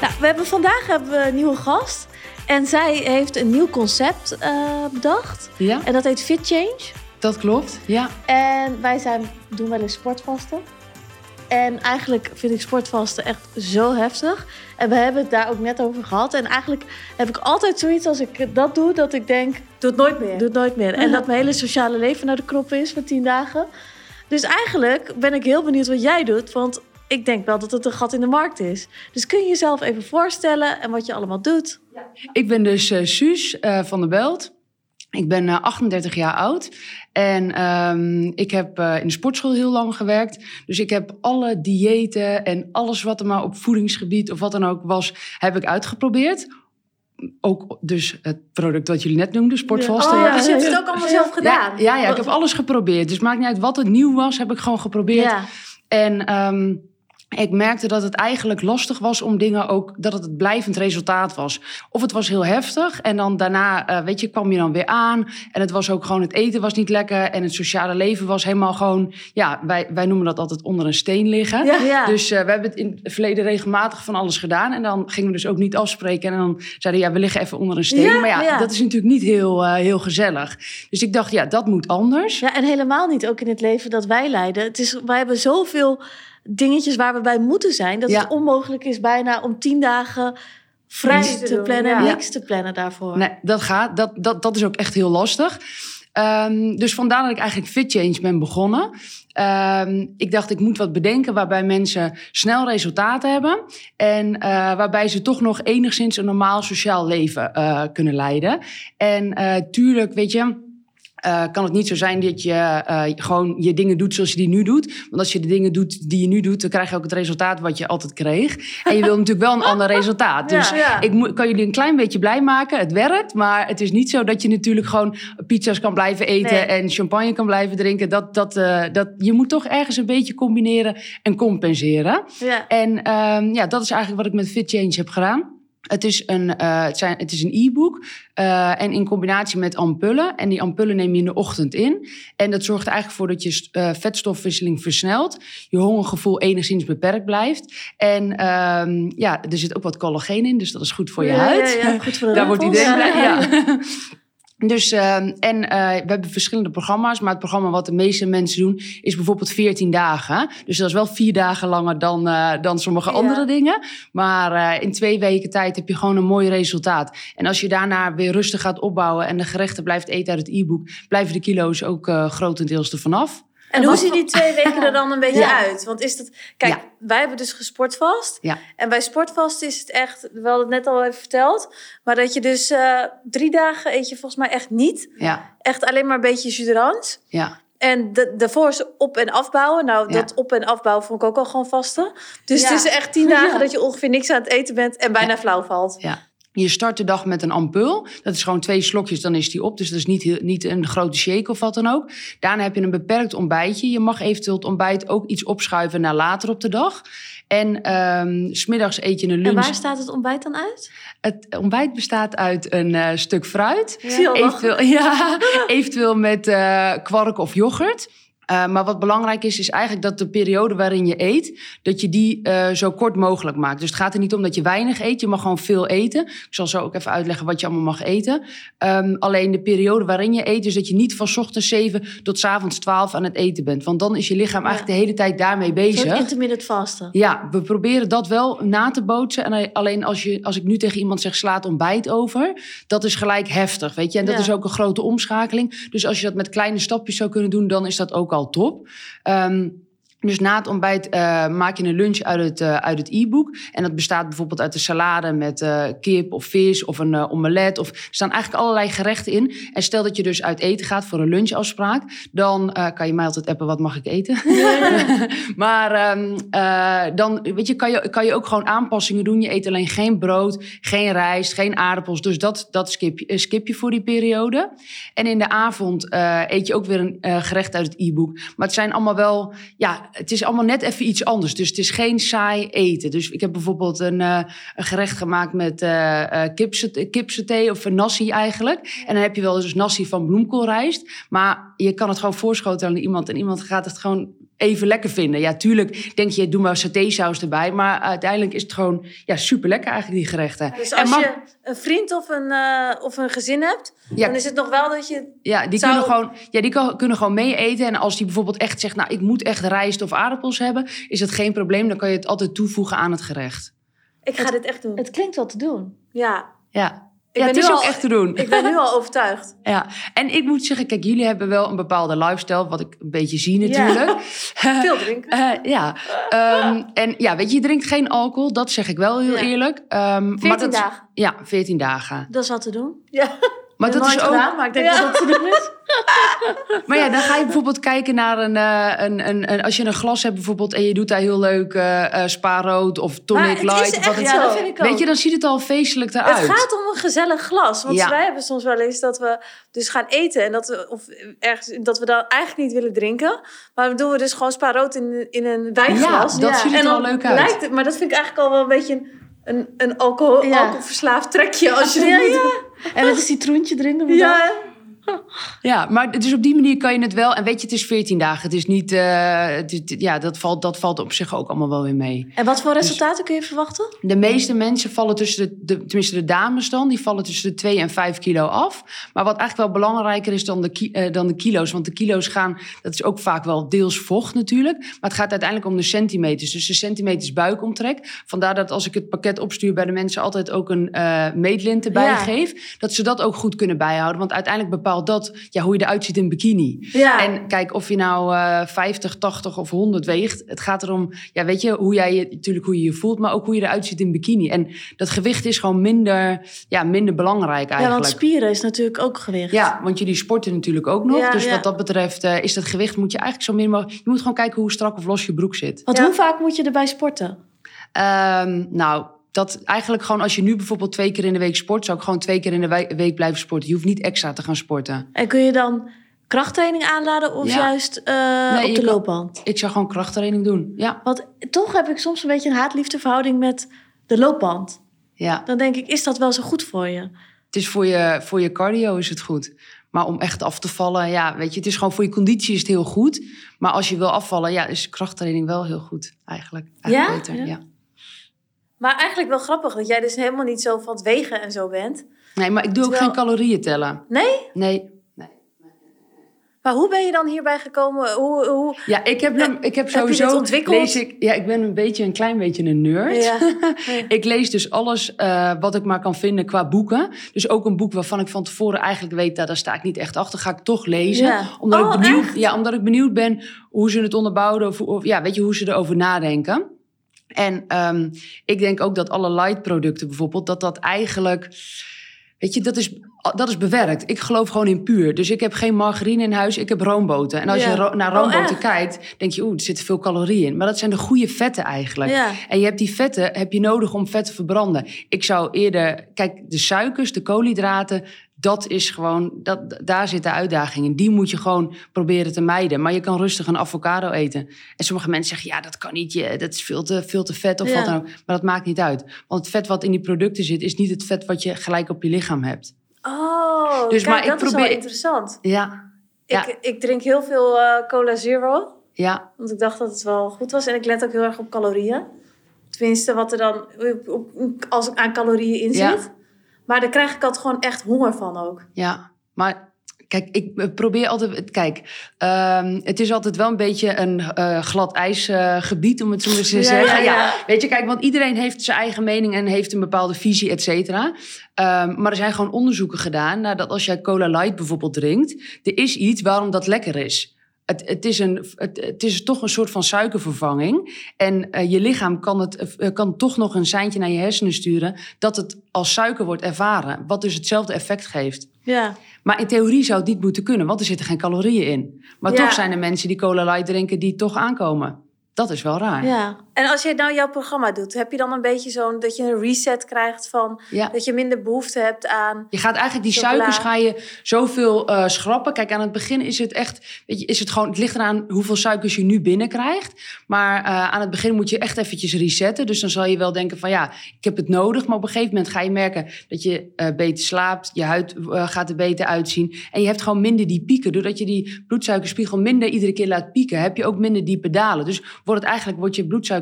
[SPEAKER 1] Nou, we hebben vandaag hebben we een nieuwe gast. En zij heeft een nieuw concept eh, bedacht.
[SPEAKER 3] Ja,
[SPEAKER 1] En dat heet Fit Change.
[SPEAKER 3] dat klopt. Ja,
[SPEAKER 1] En wij zijn, doen wel eens sportvasten. En eigenlijk vind ik sportvasten echt zo heftig. En we hebben het daar ook net over gehad. En eigenlijk heb ik altijd zoiets als ik dat doe, dat ik denk,
[SPEAKER 2] Doe het nooit meer.
[SPEAKER 1] doe het nooit meer. En dat mijn hele sociale leven naar de kroppen is van tien dagen. Dus eigenlijk ben ik heel benieuwd wat jij doet, want ik denk wel dat het een gat in de markt is. Dus kun je jezelf even voorstellen en wat je allemaal doet?
[SPEAKER 3] ik ben dus eh, Suus eh, van der Belt. Ik ben eh, 38 jaar oud en ehm, ik heb eh, in de sportschool heel lang gewerkt. Dus ik heb alle diëten en alles wat er maar op voedingsgebied of wat dan ook was, heb ik uitgeprobeerd. Ook dus het product wat jullie net noemden, sportvasten.
[SPEAKER 2] Oh,
[SPEAKER 1] Ja.
[SPEAKER 2] dus je hebt het ook allemaal zelf gedaan.
[SPEAKER 3] Ja, ja, ja, ik heb alles geprobeerd. Dus het maakt niet uit wat het nieuw was, heb ik gewoon geprobeerd. En ehm, ik merkte dat het eigenlijk lastig was om dingen ook, dat het het blijvend resultaat was. Of het was heel heftig en dan daarna, eh, weet je, kwam je dan weer aan. En het was ook gewoon, het eten was niet lekker en het sociale leven was helemaal gewoon, ja, wij, wij noemen dat altijd onder een steen liggen.
[SPEAKER 1] Ja. Ja.
[SPEAKER 3] Dus eh, we hebben het in het verleden regelmatig van alles gedaan. En dan gingen we dus ook niet afspreken. En dan zeiden we, ja, we liggen even onder een steen.
[SPEAKER 1] Ja,
[SPEAKER 3] maar ja,
[SPEAKER 1] ja.
[SPEAKER 3] dat is natuurlijk niet heel, eh, heel gezellig. Dus ik dacht, ja, dat moet anders.
[SPEAKER 1] Ja, en helemaal niet ook in het leven dat wij leiden. Het is, wij hebben zoveel dingetjes waar we bij moeten zijn... dat
[SPEAKER 3] Ja.
[SPEAKER 1] het onmogelijk is bijna om tien dagen vrij
[SPEAKER 2] Niets
[SPEAKER 1] te,
[SPEAKER 2] te doen,
[SPEAKER 1] plannen... en
[SPEAKER 3] ja.
[SPEAKER 1] niks te plannen daarvoor.
[SPEAKER 3] Nee, dat gaat. Dat, dat, dat is ook echt heel lastig. Ehm, dus vandaar dat ik eigenlijk Fit Change ben begonnen. Ehm, ik dacht, ik moet wat bedenken waarbij mensen snel resultaten hebben. En eh, waarbij ze toch nog enigszins een normaal sociaal leven eh, kunnen leiden. En eh, tuurlijk, weet je. eh, kan het niet zo zijn dat je eh, gewoon je dingen doet zoals je die nu doet? Want als je de dingen doet die je nu doet, dan krijg je ook het resultaat wat je altijd kreeg. En je wil natuurlijk wel een ander resultaat. Dus
[SPEAKER 1] Ja.
[SPEAKER 2] Ja.
[SPEAKER 3] ik moet- kan jullie een klein beetje blij maken. Het werkt, maar het is niet zo dat je natuurlijk gewoon pizza's kan blijven eten
[SPEAKER 1] Nee.
[SPEAKER 3] en champagne kan blijven drinken. Dat, dat, eh, dat, je moet toch ergens een beetje combineren en compenseren.
[SPEAKER 1] Ja.
[SPEAKER 3] En ehm, ja, dat is eigenlijk wat ik met Fit Change heb gedaan. Het is een, eh, het zijn, het is een e-book eh, en in combinatie met ampullen. En die ampullen neem je in de ochtend in. En dat zorgt er eigenlijk voor dat je st- eh, vetstofwisseling versnelt. Je hongergevoel enigszins beperkt blijft. En ehm, ja, er zit ook wat collageen in, dus dat is goed voor je
[SPEAKER 1] Ja,
[SPEAKER 3] huid.
[SPEAKER 1] ja, ja, goed voor de
[SPEAKER 3] Daar wordt
[SPEAKER 1] rimpels.
[SPEAKER 3] iedereen blij.
[SPEAKER 1] Ja.
[SPEAKER 3] Ja. Dus, ehm, en eh, we hebben verschillende programma's. Maar het programma wat de meeste mensen doen, is bijvoorbeeld 14 dagen. Dus dat is wel vier dagen langer dan, eh, dan sommige
[SPEAKER 1] Ja.
[SPEAKER 3] andere dingen. Maar eh, in twee weken tijd heb je gewoon een mooi resultaat. En als je daarna weer rustig gaat opbouwen en de gerechten blijft eten uit het e-book, blijven de kilo's ook eh, grotendeels ervan af.
[SPEAKER 2] En hoe zien die twee weken er dan een beetje
[SPEAKER 3] Ja.
[SPEAKER 2] uit? Want is dat... Kijk,
[SPEAKER 3] Ja.
[SPEAKER 2] wij hebben dus gesportvast.
[SPEAKER 3] Ja.
[SPEAKER 2] En bij sportvast is het echt, we hadden het net al even verteld... maar dat je dus eh, drie dagen eet je volgens mij echt niet.
[SPEAKER 3] Ja,
[SPEAKER 2] Echt alleen maar een beetje juderant.
[SPEAKER 3] ja.
[SPEAKER 2] En de, daarvoor is op- en afbouwen. Nou,
[SPEAKER 3] Ja.
[SPEAKER 2] dat op- en afbouwen vond ik ook al gewoon vasten. Dus
[SPEAKER 1] Ja.
[SPEAKER 2] het is echt tien dagen
[SPEAKER 1] Ja.
[SPEAKER 2] dat je ongeveer niks aan het eten bent... en bijna flauw valt.
[SPEAKER 3] Je start de dag met een ampul. Dat is gewoon twee slokjes, dan is die op. Dus dat is niet, heel- niet een grote shake of wat dan ook. Daarna heb je een beperkt ontbijtje. Je mag eventueel het ontbijt ook iets opschuiven naar later op de dag. En ehm, s smiddags eet je een
[SPEAKER 1] En
[SPEAKER 3] lunch.
[SPEAKER 1] waar staat het ontbijt dan uit?
[SPEAKER 3] Het ontbijt bestaat uit een eh, stuk fruit.
[SPEAKER 2] Ik zie al lachen.
[SPEAKER 3] Eventueel, ja, eventueel met eh, kwark of yoghurt. Eh, maar wat belangrijk is, is eigenlijk dat de periode waarin je eet, dat je die eh, zo kort mogelijk maakt. Dus het gaat er niet om dat je weinig eet, je mag gewoon veel eten. Ik zal zo ook even uitleggen wat je allemaal mag eten. Ehm, alleen de periode waarin je eet, dus dat je niet van 's ochtends 7 tot 's avonds 12 aan het eten bent. Want dan is je lichaam
[SPEAKER 1] Ja.
[SPEAKER 3] eigenlijk de hele tijd daarmee bezig.
[SPEAKER 1] Zo'n intermittent vasten.
[SPEAKER 3] Ja, we proberen dat wel na te bootsen. En alleen als, je, als ik nu tegen iemand zeg, slaat ontbijt over, dat is gelijk heftig, weet je. En dat
[SPEAKER 1] Ja.
[SPEAKER 3] is ook een grote omschakeling. Dus als je dat met kleine stapjes zou kunnen doen, dan is dat ook al top. Ehm, Dus na het ontbijt eh, maak je een lunch uit het, eh, uit het e-book. En dat bestaat bijvoorbeeld uit een salade met eh, kip of vis of een eh, omelet. Of, er staan eigenlijk allerlei gerechten in. En stel dat je dus uit eten gaat voor een lunchafspraak. Dan eh, kan je mij altijd appen, wat mag ik eten? maar ehm, eh, dan weet je, kan, je, kan je ook gewoon aanpassingen doen. Je eet alleen geen brood, geen rijst, geen aardappels. Dus dat, dat skip, je- eh, skip je voor die periode. En in de avond eh, eet je ook weer een eh, gerecht uit het e-book. Maar het zijn allemaal wel, ja, het is allemaal net even iets anders. Dus het is geen saai eten. Dus ik heb bijvoorbeeld een, eh, een gerecht gemaakt met eh eh, kipsat- kipsaté of een nasi eigenlijk. En dan heb je wel dus nasi van bloemkoolrijst. Maar je kan het gewoon voorschotelen aan iemand en iemand gaat het gewoon even lekker vinden. Ja, tuurlijk denk je, doe maar satésaus erbij. Maar uiteindelijk is het gewoon ja, super lekker eigenlijk, die gerechten.
[SPEAKER 2] Dus
[SPEAKER 3] En
[SPEAKER 2] als
[SPEAKER 3] mag-
[SPEAKER 2] je een vriend of een, eh, of een gezin hebt,
[SPEAKER 3] Ja.
[SPEAKER 2] dan is het nog wel dat je...
[SPEAKER 3] Ja, die,
[SPEAKER 2] Zou-
[SPEAKER 3] kunnen gewoon, ja, die kan- kunnen gewoon mee eten. En als die bijvoorbeeld echt zegt, nou, ik moet echt rijst of aardappels hebben, is dat geen probleem. Dan kan je het altijd toevoegen aan het gerecht.
[SPEAKER 2] Ik ga dit echt doen.
[SPEAKER 1] Het klinkt wel te doen.
[SPEAKER 2] ja,
[SPEAKER 3] Ja,
[SPEAKER 2] Ik
[SPEAKER 3] ja
[SPEAKER 2] ben
[SPEAKER 3] het
[SPEAKER 2] nu
[SPEAKER 3] is ook
[SPEAKER 2] al-
[SPEAKER 3] echt te doen.
[SPEAKER 2] ik ben nu al overtuigd.
[SPEAKER 3] Ja. En ik moet zeggen, kijk, jullie hebben wel een bepaalde lifestyle, wat ik een beetje zie natuurlijk.
[SPEAKER 2] Veel drinken.
[SPEAKER 3] Eh, ja, Ehm, en ja, weet je, je drinkt geen alcohol, dat zeg ik wel heel
[SPEAKER 2] Ja.
[SPEAKER 3] eerlijk. Ehm, maar
[SPEAKER 2] 14
[SPEAKER 3] dat-
[SPEAKER 2] dagen.
[SPEAKER 3] Ja, 14 dagen.
[SPEAKER 1] Dat is wat te doen.
[SPEAKER 2] Ja.
[SPEAKER 3] Maar dat is ook.
[SPEAKER 1] maar ik denk dat dat te doen is.
[SPEAKER 3] Maar ja, dan ga je bijvoorbeeld kijken naar een, eh, een, een, een- Als je een glas hebt bijvoorbeeld en je doet daar heel leuk eh eh, spa rood of
[SPEAKER 2] Maar
[SPEAKER 3] tonic
[SPEAKER 2] het is
[SPEAKER 3] light. of wat
[SPEAKER 2] echt
[SPEAKER 3] het,
[SPEAKER 2] zo.
[SPEAKER 1] Ja, dat vind ik ook.
[SPEAKER 3] weet je, dan ziet het al feestelijk eruit.
[SPEAKER 2] Het gaat om een gezellig glas. Want
[SPEAKER 3] Ja.
[SPEAKER 2] wij hebben soms wel eens dat we dus gaan eten. En dat we, of ergens, dat we dan eigenlijk niet willen drinken. Maar dan doen we dus gewoon spa rood in, in een
[SPEAKER 3] ja,
[SPEAKER 2] wijnglas.
[SPEAKER 3] dat ziet
[SPEAKER 2] en
[SPEAKER 3] er al
[SPEAKER 2] dan
[SPEAKER 3] leuk uit.
[SPEAKER 2] lijkt het, maar dat vind ik eigenlijk al wel een beetje een, een, een alcohol,
[SPEAKER 1] Ja.
[SPEAKER 2] alcoholverslaafd trekje. Als je dat
[SPEAKER 1] Ja,
[SPEAKER 2] niet-
[SPEAKER 1] En met een citroentje erin doen we dat.
[SPEAKER 2] ja.
[SPEAKER 3] Ja, maar dus op die manier kan je het wel. En weet je, het is 14 dagen. Het is niet. eh, het is- ja, dat valt, dat valt op zich ook allemaal wel weer mee.
[SPEAKER 1] En wat voor resultaten kun je verwachten?
[SPEAKER 3] De meeste mensen vallen tussen de, de- tenminste de dames dan, die vallen tussen de 2 en 5 kilo af. Maar wat eigenlijk wel belangrijker is dan de, ki- eh, dan de kilo's, want de kilo's gaan, dat is ook vaak wel deels vocht natuurlijk, maar het gaat uiteindelijk om de centimeters, dus de centimeters buikomtrek. Vandaar dat als ik het pakket opstuur bij de mensen altijd ook een eh, meetlint erbij
[SPEAKER 2] Ja.
[SPEAKER 3] geef, dat ze dat ook goed kunnen bijhouden, want uiteindelijk bepaalt dat ja, hoe je eruit ziet in bikini.
[SPEAKER 2] Ja.
[SPEAKER 3] En kijk, of je nou eh 50, 80 of 100 weegt. Het gaat erom, ja, weet je, hoe jij je, natuurlijk hoe je je voelt, maar ook hoe je eruit ziet in bikini. En dat gewicht is gewoon minder, ja, minder
[SPEAKER 1] Ja,
[SPEAKER 3] belangrijk
[SPEAKER 1] want
[SPEAKER 3] eigenlijk.
[SPEAKER 1] spieren is natuurlijk ook gewicht.
[SPEAKER 3] Ja, want jullie sporten natuurlijk ook nog.
[SPEAKER 2] Ja,
[SPEAKER 3] dus
[SPEAKER 2] ja.
[SPEAKER 3] wat dat betreft eh, is dat gewicht, moet je eigenlijk zo min mogelijk... Je moet gewoon kijken hoe strak of los je broek zit.
[SPEAKER 1] Want
[SPEAKER 2] Ja.
[SPEAKER 1] hoe vaak moet je erbij sporten?
[SPEAKER 3] Ehm, nou, dat eigenlijk gewoon als je nu bijvoorbeeld twee keer in de week sport... zou ik gewoon twee keer in de we- week blijven sporten. Je hoeft niet extra te gaan sporten.
[SPEAKER 1] En kun je dan krachttraining aanladen of
[SPEAKER 3] Ja.
[SPEAKER 1] juist eh,
[SPEAKER 3] Nee,
[SPEAKER 1] op
[SPEAKER 3] je
[SPEAKER 1] de
[SPEAKER 3] kan-
[SPEAKER 1] loopband?
[SPEAKER 3] Ik zou gewoon krachttraining doen. Ja,
[SPEAKER 1] Want toch heb ik soms een beetje een haat-liefdeverhouding met de loopband.
[SPEAKER 3] ja.
[SPEAKER 1] Dan denk ik, is dat wel zo goed voor je?
[SPEAKER 3] Het is voor je, voor je cardio is het goed. Maar om echt af te vallen, ja, weet je, het is gewoon voor je conditie is het heel goed. Maar als je wil afvallen, ja, is krachttraining wel heel goed eigenlijk. Eigenlijk
[SPEAKER 2] Ja?
[SPEAKER 3] beter,
[SPEAKER 1] Ja.
[SPEAKER 3] ja.
[SPEAKER 2] Maar eigenlijk wel grappig dat jij dus helemaal niet zo van het wegen en zo bent.
[SPEAKER 3] Nee, maar ik doe ook
[SPEAKER 2] Terwijl-
[SPEAKER 3] geen calorieën tellen.
[SPEAKER 2] Nee?
[SPEAKER 3] Nee.
[SPEAKER 2] Maar hoe ben je dan hierbij gekomen? Hoe, hoe...
[SPEAKER 3] Ja, ik heb, hem- ik heb
[SPEAKER 2] Eh, je dit
[SPEAKER 3] sowieso...
[SPEAKER 2] ontwikkeld?
[SPEAKER 3] Lees ik, ja, ik ben een beetje, een klein beetje een nerd. Ik lees dus alles eh, wat ik maar kan vinden qua boeken. Dus ook een boek waarvan ik van tevoren eigenlijk weet... dat daar sta ik niet echt achter, ga ik toch lezen.
[SPEAKER 2] Ja.
[SPEAKER 3] Omdat,
[SPEAKER 2] Oh,
[SPEAKER 3] ik benieuwd, ja, omdat ik benieuwd ben hoe ze het onderbouwden... of, of ja, weet je, hoe ze erover nadenken. En ehm, ik denk ook dat alle light producten bijvoorbeeld... dat dat eigenlijk... Weet je, dat is, dat is bewerkt. Ik geloof gewoon in puur. Dus ik heb geen margarine in huis, ik heb roomboten. En als
[SPEAKER 2] Ja.
[SPEAKER 3] je ro- naar
[SPEAKER 2] Oh,
[SPEAKER 3] roomboten
[SPEAKER 2] echt?
[SPEAKER 3] kijkt, denk je... oeh, er zitten veel calorieën in. Maar dat zijn de goede vetten eigenlijk.
[SPEAKER 2] Ja.
[SPEAKER 3] En je hebt die vetten heb je nodig om vet te verbranden. Ik zou eerder, kijk, de suikers, de koolhydraten, dat is gewoon, dat, daar zit de uitdaging in. Die moet je gewoon proberen te mijden. Maar je kan rustig een avocado eten. En sommige mensen zeggen, ja, dat kan niet, je, dat is veel te, veel te vet of
[SPEAKER 2] Ja.
[SPEAKER 3] wat dan ook. Maar dat maakt niet uit. Want het vet wat in die producten zit, is niet het vet wat je gelijk op je lichaam hebt.
[SPEAKER 2] Oh,
[SPEAKER 3] Dus,
[SPEAKER 2] kijk,
[SPEAKER 3] maar ik
[SPEAKER 2] dat is wel
[SPEAKER 3] probeer-
[SPEAKER 2] interessant.
[SPEAKER 3] Ja, Ja.
[SPEAKER 2] Ik, ik drink heel veel eh, cola zero.
[SPEAKER 3] ja,
[SPEAKER 2] Want ik dacht dat het wel goed was. En ik let ook heel erg op calorieën. Tenminste, wat er dan op, op- als ik aan calorieën in
[SPEAKER 3] Ja.
[SPEAKER 2] zit. Maar daar krijg ik altijd gewoon echt honger van ook.
[SPEAKER 3] ja. Maar... Kijk, ik probeer altijd. Kijk, ehm, het is altijd wel een beetje een eh, glad ijsgebied, om het zo maar eens te zeggen. ja, Weet je, kijk, want iedereen heeft zijn eigen mening en heeft een bepaalde visie, et cetera. Ehm, maar er zijn gewoon onderzoeken gedaan naar dat als jij Cola Light bijvoorbeeld drinkt, er is iets waarom dat lekker is. Eh, het, het, is een, het, het is toch een soort van suikervervanging. En eh, je lichaam kan, het, eh, kan toch nog een seintje naar je hersenen sturen dat het als suiker wordt ervaren. Wat dus hetzelfde effect geeft.
[SPEAKER 2] Ja.
[SPEAKER 3] Maar in theorie zou het niet moeten kunnen, want er zitten geen calorieën in. Maar
[SPEAKER 2] Ja.
[SPEAKER 3] toch zijn er mensen die cola light drinken die toch aankomen. Dat is wel raar.
[SPEAKER 2] ja. En als jij nou jouw programma doet, heb je dan een beetje zo'n dat je een reset krijgt van
[SPEAKER 3] Ja.
[SPEAKER 2] dat je minder behoefte hebt aan.
[SPEAKER 3] Je gaat eigenlijk die
[SPEAKER 2] Chocola.
[SPEAKER 3] suikers ga je zoveel eh, schrappen. Kijk, aan het begin is het echt, weet je, is het gewoon, het ligt eraan hoeveel suikers je nu binnenkrijgt. Maar eh, aan het begin moet je echt eventjes resetten. Dus dan zal je wel denken van ja, ik heb het nodig. Maar op een gegeven moment ga je merken dat je eh, beter slaapt, je huid eh, gaat er beter uitzien. En je hebt gewoon minder die pieken. Doordat je die bloedsuikerspiegel minder iedere keer laat pieken, heb je ook minder diepe dalen. Dus wordt het eigenlijk, wordt je bloedsuikerspiegel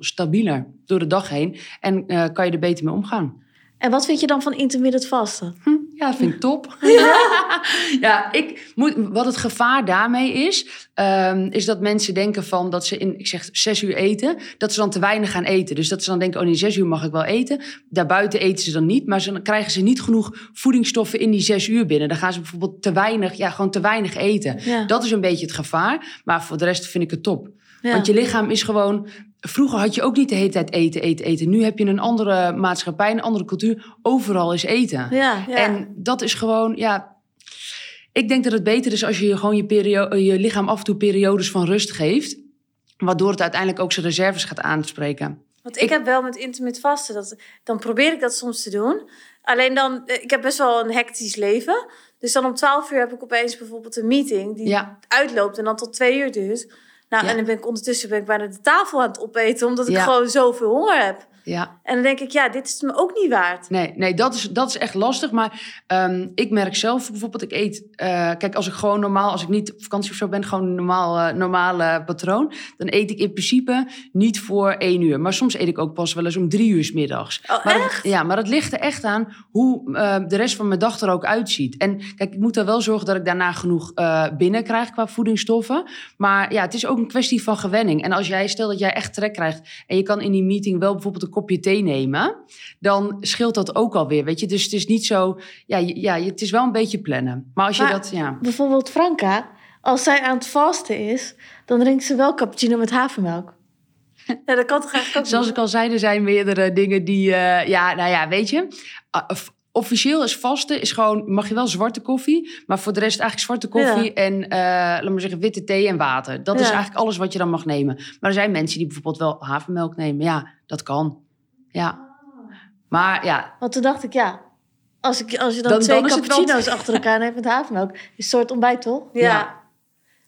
[SPEAKER 3] stabieler door de dag heen. En eh, kan je er beter mee omgaan.
[SPEAKER 1] En wat vind je dan van intermittent vasten?
[SPEAKER 3] Ja, dat vind ik top. Ja, ik moet, wat het gevaar daarmee is, ehm, is dat mensen denken van dat ze in, ik zeg zes uur eten, dat ze dan te weinig gaan eten. Dus dat ze dan denken, oh in zes uur mag ik wel eten. Daarbuiten eten ze dan niet, maar ze, dan krijgen ze niet genoeg voedingsstoffen in die zes uur binnen. Dan gaan ze bijvoorbeeld te weinig, ja, gewoon te weinig eten.
[SPEAKER 1] Ja.
[SPEAKER 3] Dat is een beetje het gevaar, maar voor de rest vind ik het top.
[SPEAKER 1] Ja.
[SPEAKER 3] Want je lichaam is gewoon. Vroeger had je ook niet de hele tijd eten, eten, eten. Nu heb je een andere maatschappij, een andere cultuur. Overal is eten.
[SPEAKER 1] Ja.
[SPEAKER 2] Ja.
[SPEAKER 3] En dat is gewoon, ja. Ik denk dat het beter is als je gewoon je, perio- eh, je lichaam af en toe periodes van rust geeft. Waardoor het uiteindelijk ook zijn reserves gaat aanspreken.
[SPEAKER 2] Want ik,
[SPEAKER 3] Ik-
[SPEAKER 2] heb wel met intermittent vasten, dat, dan probeer ik dat soms te doen. Alleen dan, eh, ik heb best wel een hectisch leven. Dus dan om 12 uur heb ik opeens bijvoorbeeld een meeting die
[SPEAKER 3] Ja.
[SPEAKER 2] uitloopt en dan tot twee uur duurt. Nou,
[SPEAKER 3] Ja.
[SPEAKER 2] en dan ben ik ondertussen ben ik bijna de tafel aan het opeten, omdat ik
[SPEAKER 3] Ja.
[SPEAKER 2] gewoon zoveel honger heb.
[SPEAKER 3] Ja.
[SPEAKER 2] En dan denk ik, ja, dit is het me ook niet waard.
[SPEAKER 3] Nee, nee dat, is, dat is echt lastig. Maar ehm, ik merk zelf bijvoorbeeld, ik eet. eh, kijk, als ik gewoon normaal, als ik niet op vakantie of zo ben, gewoon een normaal, eh, normale patroon. Dan eet ik in principe niet voor één uur. Maar soms eet ik ook pas wel eens om drie uur 's middags.
[SPEAKER 2] Oh,
[SPEAKER 3] Maar dat- ja, maar dat ligt er echt aan hoe eh, de rest van mijn dag er ook uitziet. En kijk, ik moet er wel zorgen dat ik daarna genoeg eh binnenkrijg qua voedingsstoffen. Maar ja, het is ook een kwestie van gewenning. En als jij, stel dat jij echt trek krijgt en je kan in die meeting wel bijvoorbeeld een kopje thee nemen, dan scheelt dat ook alweer, weet je. Dus het is niet zo, ja, je- ja je- het is wel een beetje plannen. Maar als je
[SPEAKER 1] Maar-
[SPEAKER 3] dat, ja.
[SPEAKER 1] Bijvoorbeeld Franka, als zij aan het vasten is, dan drinkt ze wel cappuccino met havermelk.
[SPEAKER 2] Nou, dat kan toch eigenlijk ook
[SPEAKER 3] Zoals
[SPEAKER 2] niet?
[SPEAKER 3] Dus ik al zei, er zijn meerdere dingen die, eh, ja, nou ja, weet je. Ah, of- Officieel is vasten, is gewoon, mag je wel zwarte koffie, maar voor de rest eigenlijk zwarte koffie en, eh laat maar zeggen, witte thee en water. Dat is
[SPEAKER 2] Ja.
[SPEAKER 3] eigenlijk alles wat je dan mag nemen. Maar er zijn mensen die bijvoorbeeld wel havermelk nemen. Ja, dat kan. Ja. Maar ja,
[SPEAKER 1] Want toen dacht ik, ja, als, ik, als je dan,
[SPEAKER 3] Dan-
[SPEAKER 1] twee
[SPEAKER 3] dan is het wel-
[SPEAKER 1] cappuccino's achter elkaar neemt met havermelk, is een soort ontbijt toch?
[SPEAKER 2] Ja.
[SPEAKER 3] Ja.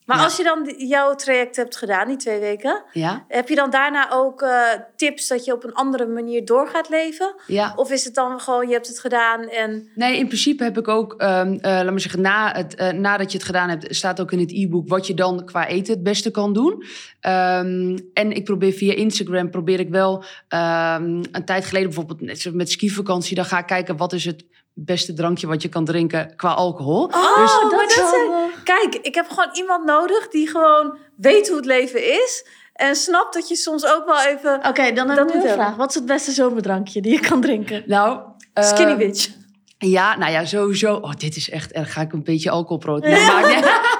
[SPEAKER 2] Maar
[SPEAKER 3] Ja.
[SPEAKER 2] als je dan die- jouw traject hebt gedaan, die twee weken,
[SPEAKER 3] ja,
[SPEAKER 2] heb je dan daarna ook eh, tips dat je op een andere manier door gaat leven?
[SPEAKER 3] ja.
[SPEAKER 2] Of is het dan gewoon, je hebt het gedaan en...
[SPEAKER 3] Nee, in principe heb ik ook, ehm eh, laat maar zeggen, na het, eh, nadat je het gedaan hebt, staat ook in het e-book wat je dan qua eten het beste kan doen. Ehm, en ik probeer via Instagram, probeer ik wel ehm, een tijd geleden bijvoorbeeld net zo met skivakantie, dan ga ik kijken wat is het beste drankje wat je kan drinken qua alcohol.
[SPEAKER 2] Oh,
[SPEAKER 3] Dus-
[SPEAKER 2] maar dat
[SPEAKER 1] wel,
[SPEAKER 2] zijn-
[SPEAKER 1] eh,
[SPEAKER 2] Kijk, ik heb gewoon iemand nodig die gewoon weet hoe het leven is. En snapt dat je soms ook wel even...
[SPEAKER 1] Oké, dan heb
[SPEAKER 2] Dat
[SPEAKER 1] ik nu
[SPEAKER 2] moet
[SPEAKER 1] een
[SPEAKER 2] ook.
[SPEAKER 1] vraag. Wat is het beste zomerdrankje die je kan drinken?
[SPEAKER 3] Nou, ehm,
[SPEAKER 2] Skinny bitch.
[SPEAKER 3] Ja, nou ja, sowieso. Oh, dit is echt erg. Ga ik een beetje alcohol proten? Nee, maakt niet uit.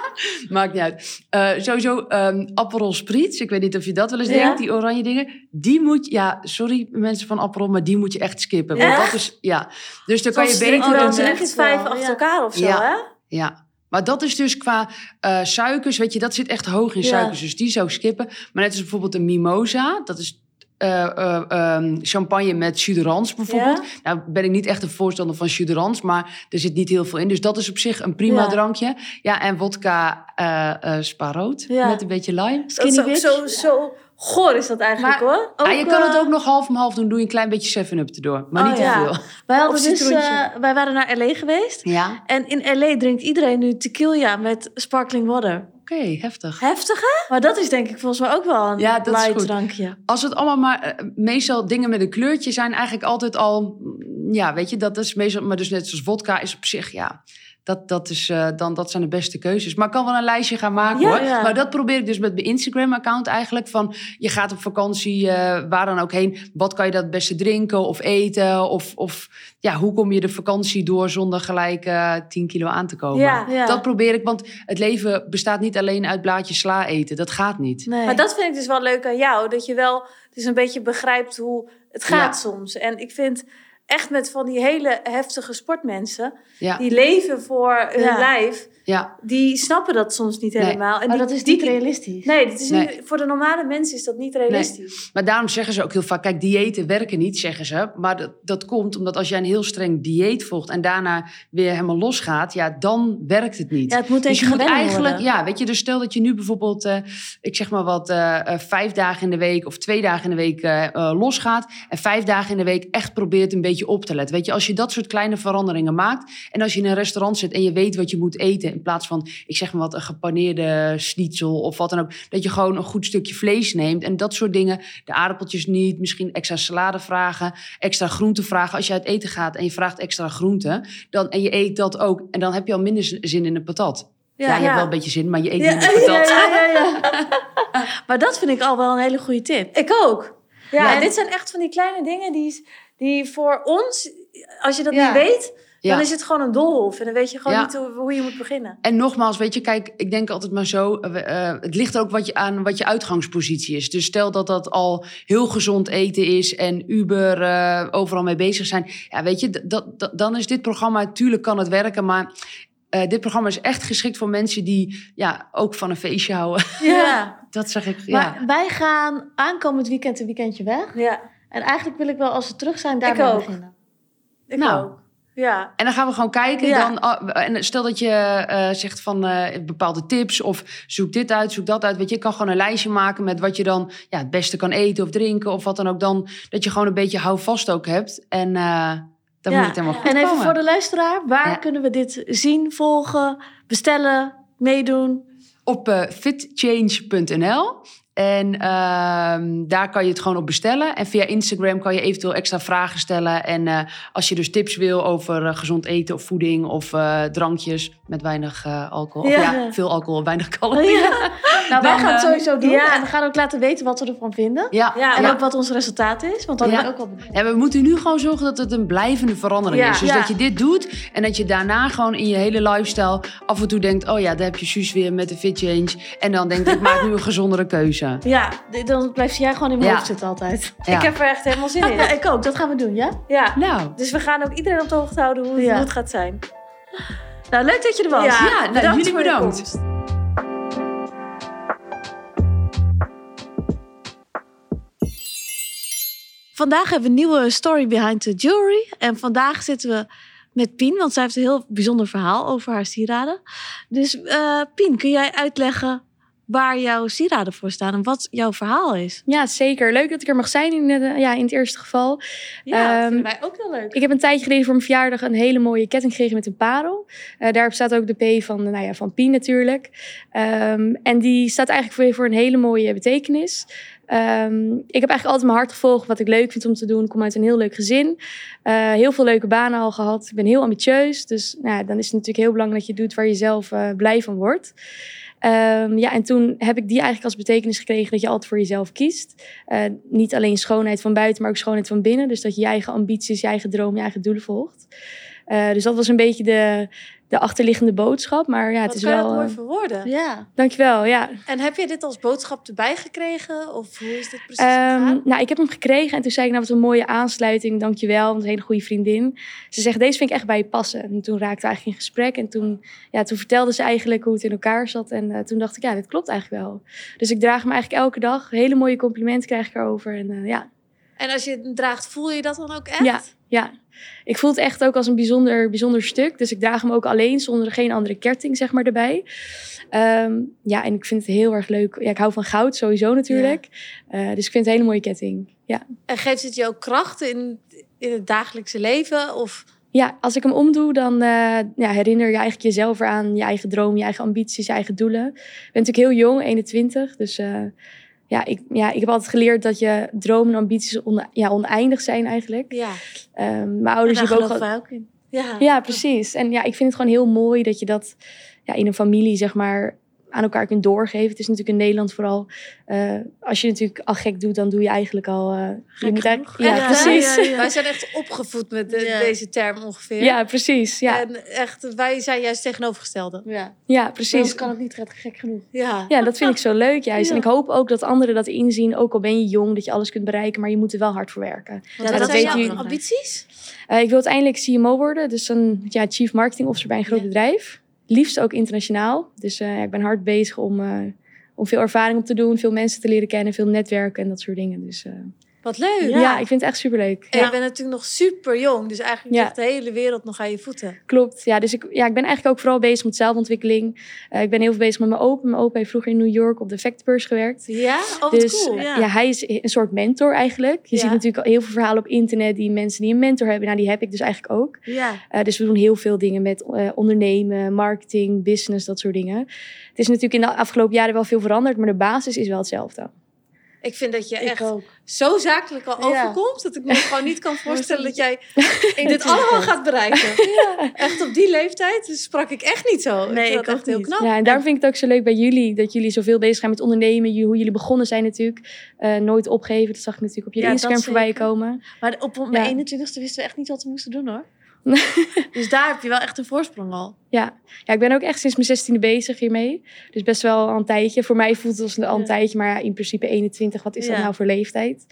[SPEAKER 3] Maakt niet uit. Eh, sowieso ehm Aperol Spritz. Ik weet niet of je dat wel eens
[SPEAKER 1] Ja?
[SPEAKER 3] drinkt, die oranje dingen. Die moet ja, sorry mensen van Aperol, maar die moet je echt skippen. Want
[SPEAKER 2] Echt?
[SPEAKER 3] dat is, ja. Dus dan kan je
[SPEAKER 1] Soms drinken
[SPEAKER 3] beter...
[SPEAKER 1] we
[SPEAKER 2] Oh, dan
[SPEAKER 1] dat
[SPEAKER 2] drink
[SPEAKER 3] een-
[SPEAKER 2] je
[SPEAKER 1] echt
[SPEAKER 2] het vijf
[SPEAKER 1] wel,
[SPEAKER 2] achter
[SPEAKER 1] ja.
[SPEAKER 2] elkaar of zo,
[SPEAKER 3] Ja.
[SPEAKER 2] hè?
[SPEAKER 3] Ja, maar dat is dus qua eh, suikers, weet je, dat zit echt hoog in
[SPEAKER 1] Ja.
[SPEAKER 3] suikers. Dus die zou ik skippen. Maar net als bijvoorbeeld een mimosa, dat is... eh, eh, ehm, champagne met suderans bijvoorbeeld. Nou ben ik niet echt een voorstander van suderans, maar er zit niet heel veel in. Dus dat is op zich een prima
[SPEAKER 1] Ja.
[SPEAKER 3] drankje. Ja, en wodka eh eh spaarrood
[SPEAKER 1] Ja.
[SPEAKER 3] met een beetje lime.
[SPEAKER 2] Dat
[SPEAKER 1] Skinny
[SPEAKER 2] is ook
[SPEAKER 1] bitch?
[SPEAKER 2] zo, zo goor is dat eigenlijk,
[SPEAKER 1] Maar-
[SPEAKER 2] hoor.
[SPEAKER 3] Ah, je kan
[SPEAKER 1] eh,
[SPEAKER 3] het ook nog half om half doen. Doe je een klein beetje 7-up erdoor, maar
[SPEAKER 1] Oh,
[SPEAKER 3] niet
[SPEAKER 1] ja.
[SPEAKER 3] te veel.
[SPEAKER 1] Wij, hadden
[SPEAKER 2] Of
[SPEAKER 1] dus,
[SPEAKER 2] citroentje.
[SPEAKER 1] eh, wij waren naar L.A. geweest.
[SPEAKER 3] Ja,
[SPEAKER 1] En in L.A. drinkt iedereen nu tequila met sparkling water.
[SPEAKER 3] oké, heftig.
[SPEAKER 2] Heftig, hè?
[SPEAKER 1] Maar dat is denk ik volgens mij ook wel een
[SPEAKER 3] Ja, dat is
[SPEAKER 1] light
[SPEAKER 3] goed.
[SPEAKER 1] drankje.
[SPEAKER 3] Als het allemaal maar... eh, meestal dingen met een kleurtje zijn eigenlijk altijd al... mm, Ja, weet je, dat is meestal... Maar dus net zoals vodka is op zich, ja... Dat, dat, is, eh, dan, dat zijn de beste keuzes. Maar ik kan wel een lijstje gaan maken
[SPEAKER 2] Ja,
[SPEAKER 3] hoor.
[SPEAKER 1] ja.
[SPEAKER 3] Maar dat probeer ik dus met mijn Instagram-account eigenlijk. Van je gaat op vakantie, eh, waar dan ook heen. Wat kan je dat het beste drinken of eten? Of, of ja, hoe kom je de vakantie door zonder gelijk eh 10 kilo aan te komen?
[SPEAKER 2] Ja,
[SPEAKER 1] ja.
[SPEAKER 3] Dat probeer ik, want het leven bestaat niet alleen uit blaadjes sla eten. Dat gaat niet.
[SPEAKER 1] Nee.
[SPEAKER 2] Maar dat vind ik dus wel leuk aan jou. Dat je wel dus een beetje begrijpt hoe het gaat
[SPEAKER 3] Ja.
[SPEAKER 2] soms. En ik vind echt met van die hele heftige sportmensen...
[SPEAKER 3] Ja,
[SPEAKER 2] die leven voor hun
[SPEAKER 1] Ja.
[SPEAKER 2] lijf...
[SPEAKER 3] ja,
[SPEAKER 2] die snappen dat soms niet
[SPEAKER 3] Nee.
[SPEAKER 2] helemaal. En
[SPEAKER 1] Maar
[SPEAKER 2] die,
[SPEAKER 1] Oh, dat is
[SPEAKER 2] die-
[SPEAKER 1] niet realistisch.
[SPEAKER 2] Nee, dat is niet-
[SPEAKER 3] Nee.
[SPEAKER 2] voor de normale mensen is dat niet realistisch.
[SPEAKER 3] maar daarom zeggen ze ook heel vaak... kijk, diëten werken niet, zeggen ze. Maar dat, dat komt omdat als jij een heel streng dieet volgt... en daarna weer helemaal losgaat, ja, dan werkt het niet.
[SPEAKER 1] Ja, het moet
[SPEAKER 3] Dus
[SPEAKER 1] even
[SPEAKER 3] je moet
[SPEAKER 1] gewend
[SPEAKER 3] eigenlijk,
[SPEAKER 1] worden.
[SPEAKER 3] ja, weet je, dus stel dat je nu bijvoorbeeld, eh, ik zeg maar wat, eh, eh, vijf dagen in de week of twee dagen in de week eh, eh, losgaat. En vijf dagen in de week echt probeert een beetje op te letten. Weet je, als je dat soort kleine veranderingen maakt. En als je in een restaurant zit en je weet wat je moet eten. In plaats van, ik zeg maar wat, een gepaneerde schnitzel of wat dan ook. Dat je gewoon een goed stukje vlees neemt en dat soort dingen. De aardappeltjes niet, misschien extra salade vragen, extra groente vragen. Als je uit eten gaat en je vraagt extra groente, dan, en je eet dat ook. En dan heb je al minder z- zin in een patat. Ja, je hebt wel een beetje zin, maar je eet
[SPEAKER 2] Ja,
[SPEAKER 3] niet meer patat.
[SPEAKER 2] ja, ja, ja.
[SPEAKER 1] Maar dat vind ik al wel een hele goede tip.
[SPEAKER 2] Ik ook. Ja,
[SPEAKER 1] Ja,
[SPEAKER 2] en
[SPEAKER 1] en-
[SPEAKER 2] dit zijn echt van die kleine dingen die, die voor ons, als je dat
[SPEAKER 3] Ja.
[SPEAKER 2] niet weet,
[SPEAKER 3] Ja.
[SPEAKER 2] dan is het gewoon een doolhof. En dan weet je gewoon
[SPEAKER 3] Ja.
[SPEAKER 2] niet hoe, hoe je moet beginnen.
[SPEAKER 3] En nogmaals, weet je, kijk, ik denk altijd maar zo. eh, we, eh, het ligt er ook wat je aan wat je uitgangspositie is. Dus stel dat dat al heel gezond eten is en Uber eh, overal mee bezig zijn. Ja, weet je, d- dat, dat- dan is dit programma, tuurlijk kan het werken, maar. eh, dit programma is echt geschikt voor mensen die ja, ook van een feestje houden. Dat zeg ik. Ja.
[SPEAKER 1] Maar wij gaan aankomend weekend een weekendje weg.
[SPEAKER 2] ja.
[SPEAKER 1] En eigenlijk wil ik wel, als we terug zijn, daarmee
[SPEAKER 2] ook.
[SPEAKER 1] beginnen.
[SPEAKER 2] Ik
[SPEAKER 3] Nou.
[SPEAKER 2] ook. Ja.
[SPEAKER 3] En dan gaan we gewoon kijken.
[SPEAKER 2] Ja.
[SPEAKER 3] Dan, ah, en stel dat je eh, zegt van eh, bepaalde tips of zoek dit uit, zoek dat uit. Weet je, ik kan gewoon een lijstje maken met wat je dan ja, het beste kan eten of drinken of wat dan ook. Dan dat je gewoon een beetje houvast ook hebt. En eh dan
[SPEAKER 1] Ja.
[SPEAKER 3] moet het helemaal goed
[SPEAKER 1] En even
[SPEAKER 3] komen.
[SPEAKER 1] voor de luisteraar, waar
[SPEAKER 3] Ja.
[SPEAKER 1] kunnen we dit zien, volgen, bestellen, meedoen?
[SPEAKER 3] Op eh, fitchange.nl. En ehm, daar kan je het gewoon op bestellen. En via Instagram kan je eventueel extra vragen stellen. En eh, als je dus tips wil over eh, gezond eten of voeding of eh, drankjes met weinig eh, alcohol.
[SPEAKER 1] Ja.
[SPEAKER 3] Of ja, veel alcohol, weinig calorieën.
[SPEAKER 1] Ja. Nou, wij
[SPEAKER 3] Dan,
[SPEAKER 1] gaan het
[SPEAKER 3] eh,
[SPEAKER 1] sowieso doen.
[SPEAKER 2] ja.
[SPEAKER 1] En we gaan ook laten weten wat we ervan vinden.
[SPEAKER 3] Ja,
[SPEAKER 2] Oh Ja,
[SPEAKER 3] ja,
[SPEAKER 1] En
[SPEAKER 3] ja.
[SPEAKER 1] ook wat ons resultaat is, want dat
[SPEAKER 3] Ja.
[SPEAKER 1] ben ik ook al benieuwd.
[SPEAKER 3] we moeten nu gewoon zorgen dat het een blijvende verandering
[SPEAKER 2] Ja,
[SPEAKER 3] is. Dus
[SPEAKER 2] ja.
[SPEAKER 3] dat je dit doet en dat je daarna gewoon in je hele lifestyle af en toe denkt... oh ja, daar heb je Suus weer met de fit change. En dan denk ik, ik maak nu een gezondere keuze.
[SPEAKER 1] Ja, d- dan blijft jij gewoon in mijn
[SPEAKER 3] Ja.
[SPEAKER 1] hoofd zitten altijd.
[SPEAKER 3] Ja.
[SPEAKER 2] Ik heb er echt helemaal zin
[SPEAKER 1] Ja,
[SPEAKER 2] in.
[SPEAKER 1] ik ook. Dat gaan we doen, ja?
[SPEAKER 2] Ja.
[SPEAKER 3] Nou,
[SPEAKER 2] Dus we gaan ook iedereen op de hoogte houden hoe,
[SPEAKER 1] Ja.
[SPEAKER 2] hoe het gaat zijn.
[SPEAKER 1] Nou, leuk dat je er was.
[SPEAKER 3] ja, nou, jullie
[SPEAKER 2] voor de
[SPEAKER 3] bedankt.
[SPEAKER 2] komst.
[SPEAKER 1] Vandaag hebben we een nieuwe story behind the jewelry. En vandaag zitten we met Pien, want zij heeft een heel bijzonder verhaal over haar sieraden. Dus eh, Pien, kun jij uitleggen waar jouw sieraden voor staan en wat jouw verhaal is?
[SPEAKER 4] Ja, zeker. Leuk dat ik er mag zijn in, het, eh, ja, in het eerste geval.
[SPEAKER 2] Ja, dat
[SPEAKER 4] Ehm,
[SPEAKER 2] vinden wij ook heel leuk.
[SPEAKER 4] Ik heb een tijdje geleden voor mijn verjaardag een hele mooie ketting gekregen met een parel. Eh, daarop staat ook de P van, eh, nou ja, van Pien natuurlijk. Ehm, en die staat eigenlijk voor, voor een hele mooie betekenis. Ehm, ik heb eigenlijk altijd mijn hart gevolgd wat ik leuk vind om te doen. Ik kom uit een heel leuk gezin. Eh, heel veel leuke banen al gehad. Ik ben heel ambitieus. Dus nou, ja, dan is het natuurlijk heel belangrijk dat je doet waar je zelf eh, blij van wordt. Ehm, ja, en toen heb ik die eigenlijk als betekenis gekregen dat je altijd voor jezelf kiest. Eh, niet alleen schoonheid van buiten, maar ook schoonheid van binnen. Dus dat je je eigen ambities, je eigen droom, je eigen doelen volgt. Eh, dus dat was een beetje de, de achterliggende boodschap. Maar ja, het
[SPEAKER 2] Wat
[SPEAKER 4] is
[SPEAKER 2] kan je
[SPEAKER 4] wel.
[SPEAKER 2] dat mooi
[SPEAKER 4] eh,
[SPEAKER 2] verwoorden?
[SPEAKER 1] Ja.
[SPEAKER 4] dankjewel. Ja.
[SPEAKER 2] En heb je dit als boodschap erbij gekregen? Of hoe is dit precies
[SPEAKER 4] Ehm,
[SPEAKER 2] gegaan?
[SPEAKER 4] nou, ik heb hem gekregen en toen zei ik, nou wat een mooie aansluiting, dankjewel, want een hele goede vriendin. Ze zegt, deze vind ik echt bij je passen. En toen raakten we eigenlijk in gesprek en toen, ja, toen vertelde ze eigenlijk hoe het in elkaar zat. En eh, toen dacht ik, ja, dit klopt eigenlijk wel. Dus ik draag hem eigenlijk elke dag. Hele mooie complimenten krijg ik erover. En eh, ja,
[SPEAKER 2] En als je het draagt, voel je dat dan ook echt?
[SPEAKER 4] Ja, ja. Ik voel het echt ook als een bijzonder, bijzonder stuk. Dus ik draag hem ook alleen, zonder geen andere ketting zeg maar, erbij. Ehm, ja, en ik vind het heel erg leuk. Ja, ik hou van goud sowieso natuurlijk. Eh, dus ik vind het een hele mooie ketting. Ja.
[SPEAKER 2] En geeft het je ook kracht in, in het dagelijkse leven? Of
[SPEAKER 1] Oh,
[SPEAKER 4] ja, als ik hem omdoe, dan eh, ja, herinner je eigenlijk jezelf eraan. Je eigen droom, je eigen ambities, je eigen doelen. Ik ben natuurlijk heel jong, 21. Dus eh, ja, ik, ja, ik heb altijd geleerd dat je dromen en ambities one- ja, oneindig zijn eigenlijk.
[SPEAKER 2] ja,
[SPEAKER 4] Ehm, mijn ouders
[SPEAKER 1] daar
[SPEAKER 4] hebben ook...
[SPEAKER 1] geloven wij dus ook in.
[SPEAKER 2] ja. Ja.
[SPEAKER 4] Ja, precies. En ja, ik vind het gewoon heel mooi dat je dat ja, in een familie, zeg maar, aan elkaar kunt doorgeven. Het is natuurlijk in Nederland vooral, eh, als je natuurlijk al gek doet, dan doe je eigenlijk al... eh, je moet eigenlijk, ja,
[SPEAKER 2] Ja,
[SPEAKER 4] precies.
[SPEAKER 1] ja,
[SPEAKER 4] Ja,
[SPEAKER 1] ja.
[SPEAKER 2] Wij zijn echt opgevoed met de-
[SPEAKER 1] Ja.
[SPEAKER 2] deze term ongeveer.
[SPEAKER 4] precies. Ja,
[SPEAKER 2] En echt, wij zijn juist tegenovergestelde.
[SPEAKER 1] Ja.
[SPEAKER 4] ja,
[SPEAKER 1] Bij ons
[SPEAKER 4] precies.
[SPEAKER 1] kan het niet redden, gek genoeg.
[SPEAKER 2] Ja.
[SPEAKER 4] Ja, dat vind ik zo leuk juist.
[SPEAKER 1] Ja.
[SPEAKER 4] En ik hoop ook dat anderen dat inzien, ook al ben je jong, dat je alles kunt bereiken, maar je moet er wel hard voor werken.
[SPEAKER 2] Want wat
[SPEAKER 4] dat weet
[SPEAKER 2] zijn jouw
[SPEAKER 4] jullie nog.
[SPEAKER 2] ambities?
[SPEAKER 4] Eh, ik wil uiteindelijk CMO worden, dus een ja, chief marketing officer bij een groot
[SPEAKER 2] Ja.
[SPEAKER 4] bedrijf. Liefst ook internationaal. Dus eh, ja, ik ben hard bezig om, eh, om veel ervaring op te doen, veel mensen te leren kennen, veel netwerken en dat soort dingen. Dus eh,
[SPEAKER 2] Wat leuk.
[SPEAKER 4] ja. ik vind het echt superleuk.
[SPEAKER 2] En
[SPEAKER 4] Ja,
[SPEAKER 2] je bent natuurlijk nog super jong, dus eigenlijk
[SPEAKER 4] Ja.
[SPEAKER 2] ligt de hele wereld nog aan je voeten.
[SPEAKER 4] klopt. Ja, dus ik, ja, ik ben eigenlijk ook vooral bezig met zelfontwikkeling. Eh, ik ben heel veel bezig met mijn opa. Mijn opa heeft vroeger in New York op de Factbeurs gewerkt.
[SPEAKER 2] Ja? Oh, wat
[SPEAKER 4] Dus
[SPEAKER 2] cool.
[SPEAKER 4] eh,
[SPEAKER 1] ja.
[SPEAKER 4] ja. hij is een soort mentor eigenlijk. Je
[SPEAKER 2] Ja.
[SPEAKER 4] ziet natuurlijk al heel veel verhalen op internet die mensen die een mentor hebben. Nou, die heb ik dus eigenlijk ook.
[SPEAKER 1] Ja.
[SPEAKER 4] Eh, dus we doen heel veel dingen met eh, ondernemen, marketing, business, dat soort dingen. Het is natuurlijk in de afgelopen jaren wel veel veranderd, maar de basis is wel hetzelfde.
[SPEAKER 1] Oh,
[SPEAKER 2] Ik vind dat je
[SPEAKER 1] Ik
[SPEAKER 2] echt
[SPEAKER 1] ook.
[SPEAKER 2] zo zakelijk al
[SPEAKER 1] Ja.
[SPEAKER 2] overkomt, dat ik me gewoon niet kan voorstellen dat jij dit
[SPEAKER 1] natuurlijk
[SPEAKER 2] allemaal gaat bereiken. Echt op die leeftijd dus sprak ik echt niet zo.
[SPEAKER 1] Nee,
[SPEAKER 2] vind
[SPEAKER 1] ik
[SPEAKER 2] dat
[SPEAKER 1] ook
[SPEAKER 2] echt heel
[SPEAKER 1] niet.
[SPEAKER 2] knap.
[SPEAKER 4] Ja, en daarom vind ik het ook zo leuk bij jullie, dat jullie zoveel bezig zijn met ondernemen. Jullie- Hoe jullie begonnen zijn natuurlijk. Eh, nooit opgeven, dat zag ik natuurlijk op jullie
[SPEAKER 1] Ja, dat
[SPEAKER 4] Instagram voorbij
[SPEAKER 1] zeker.
[SPEAKER 4] komen.
[SPEAKER 1] Maar op mijn
[SPEAKER 4] Ja.
[SPEAKER 1] 21ste wisten we echt niet wat we moesten doen hoor. dus daar heb je wel echt een voorsprong al.
[SPEAKER 4] Ja. ja, ik ben ook echt sinds mijn zestiende bezig hiermee. Dus best wel al een tijdje. Voor mij voelt het als een, al een
[SPEAKER 1] Ja.
[SPEAKER 4] tijdje, maar ja, in principe 21, wat is dat
[SPEAKER 1] Ja.
[SPEAKER 4] nou voor leeftijd?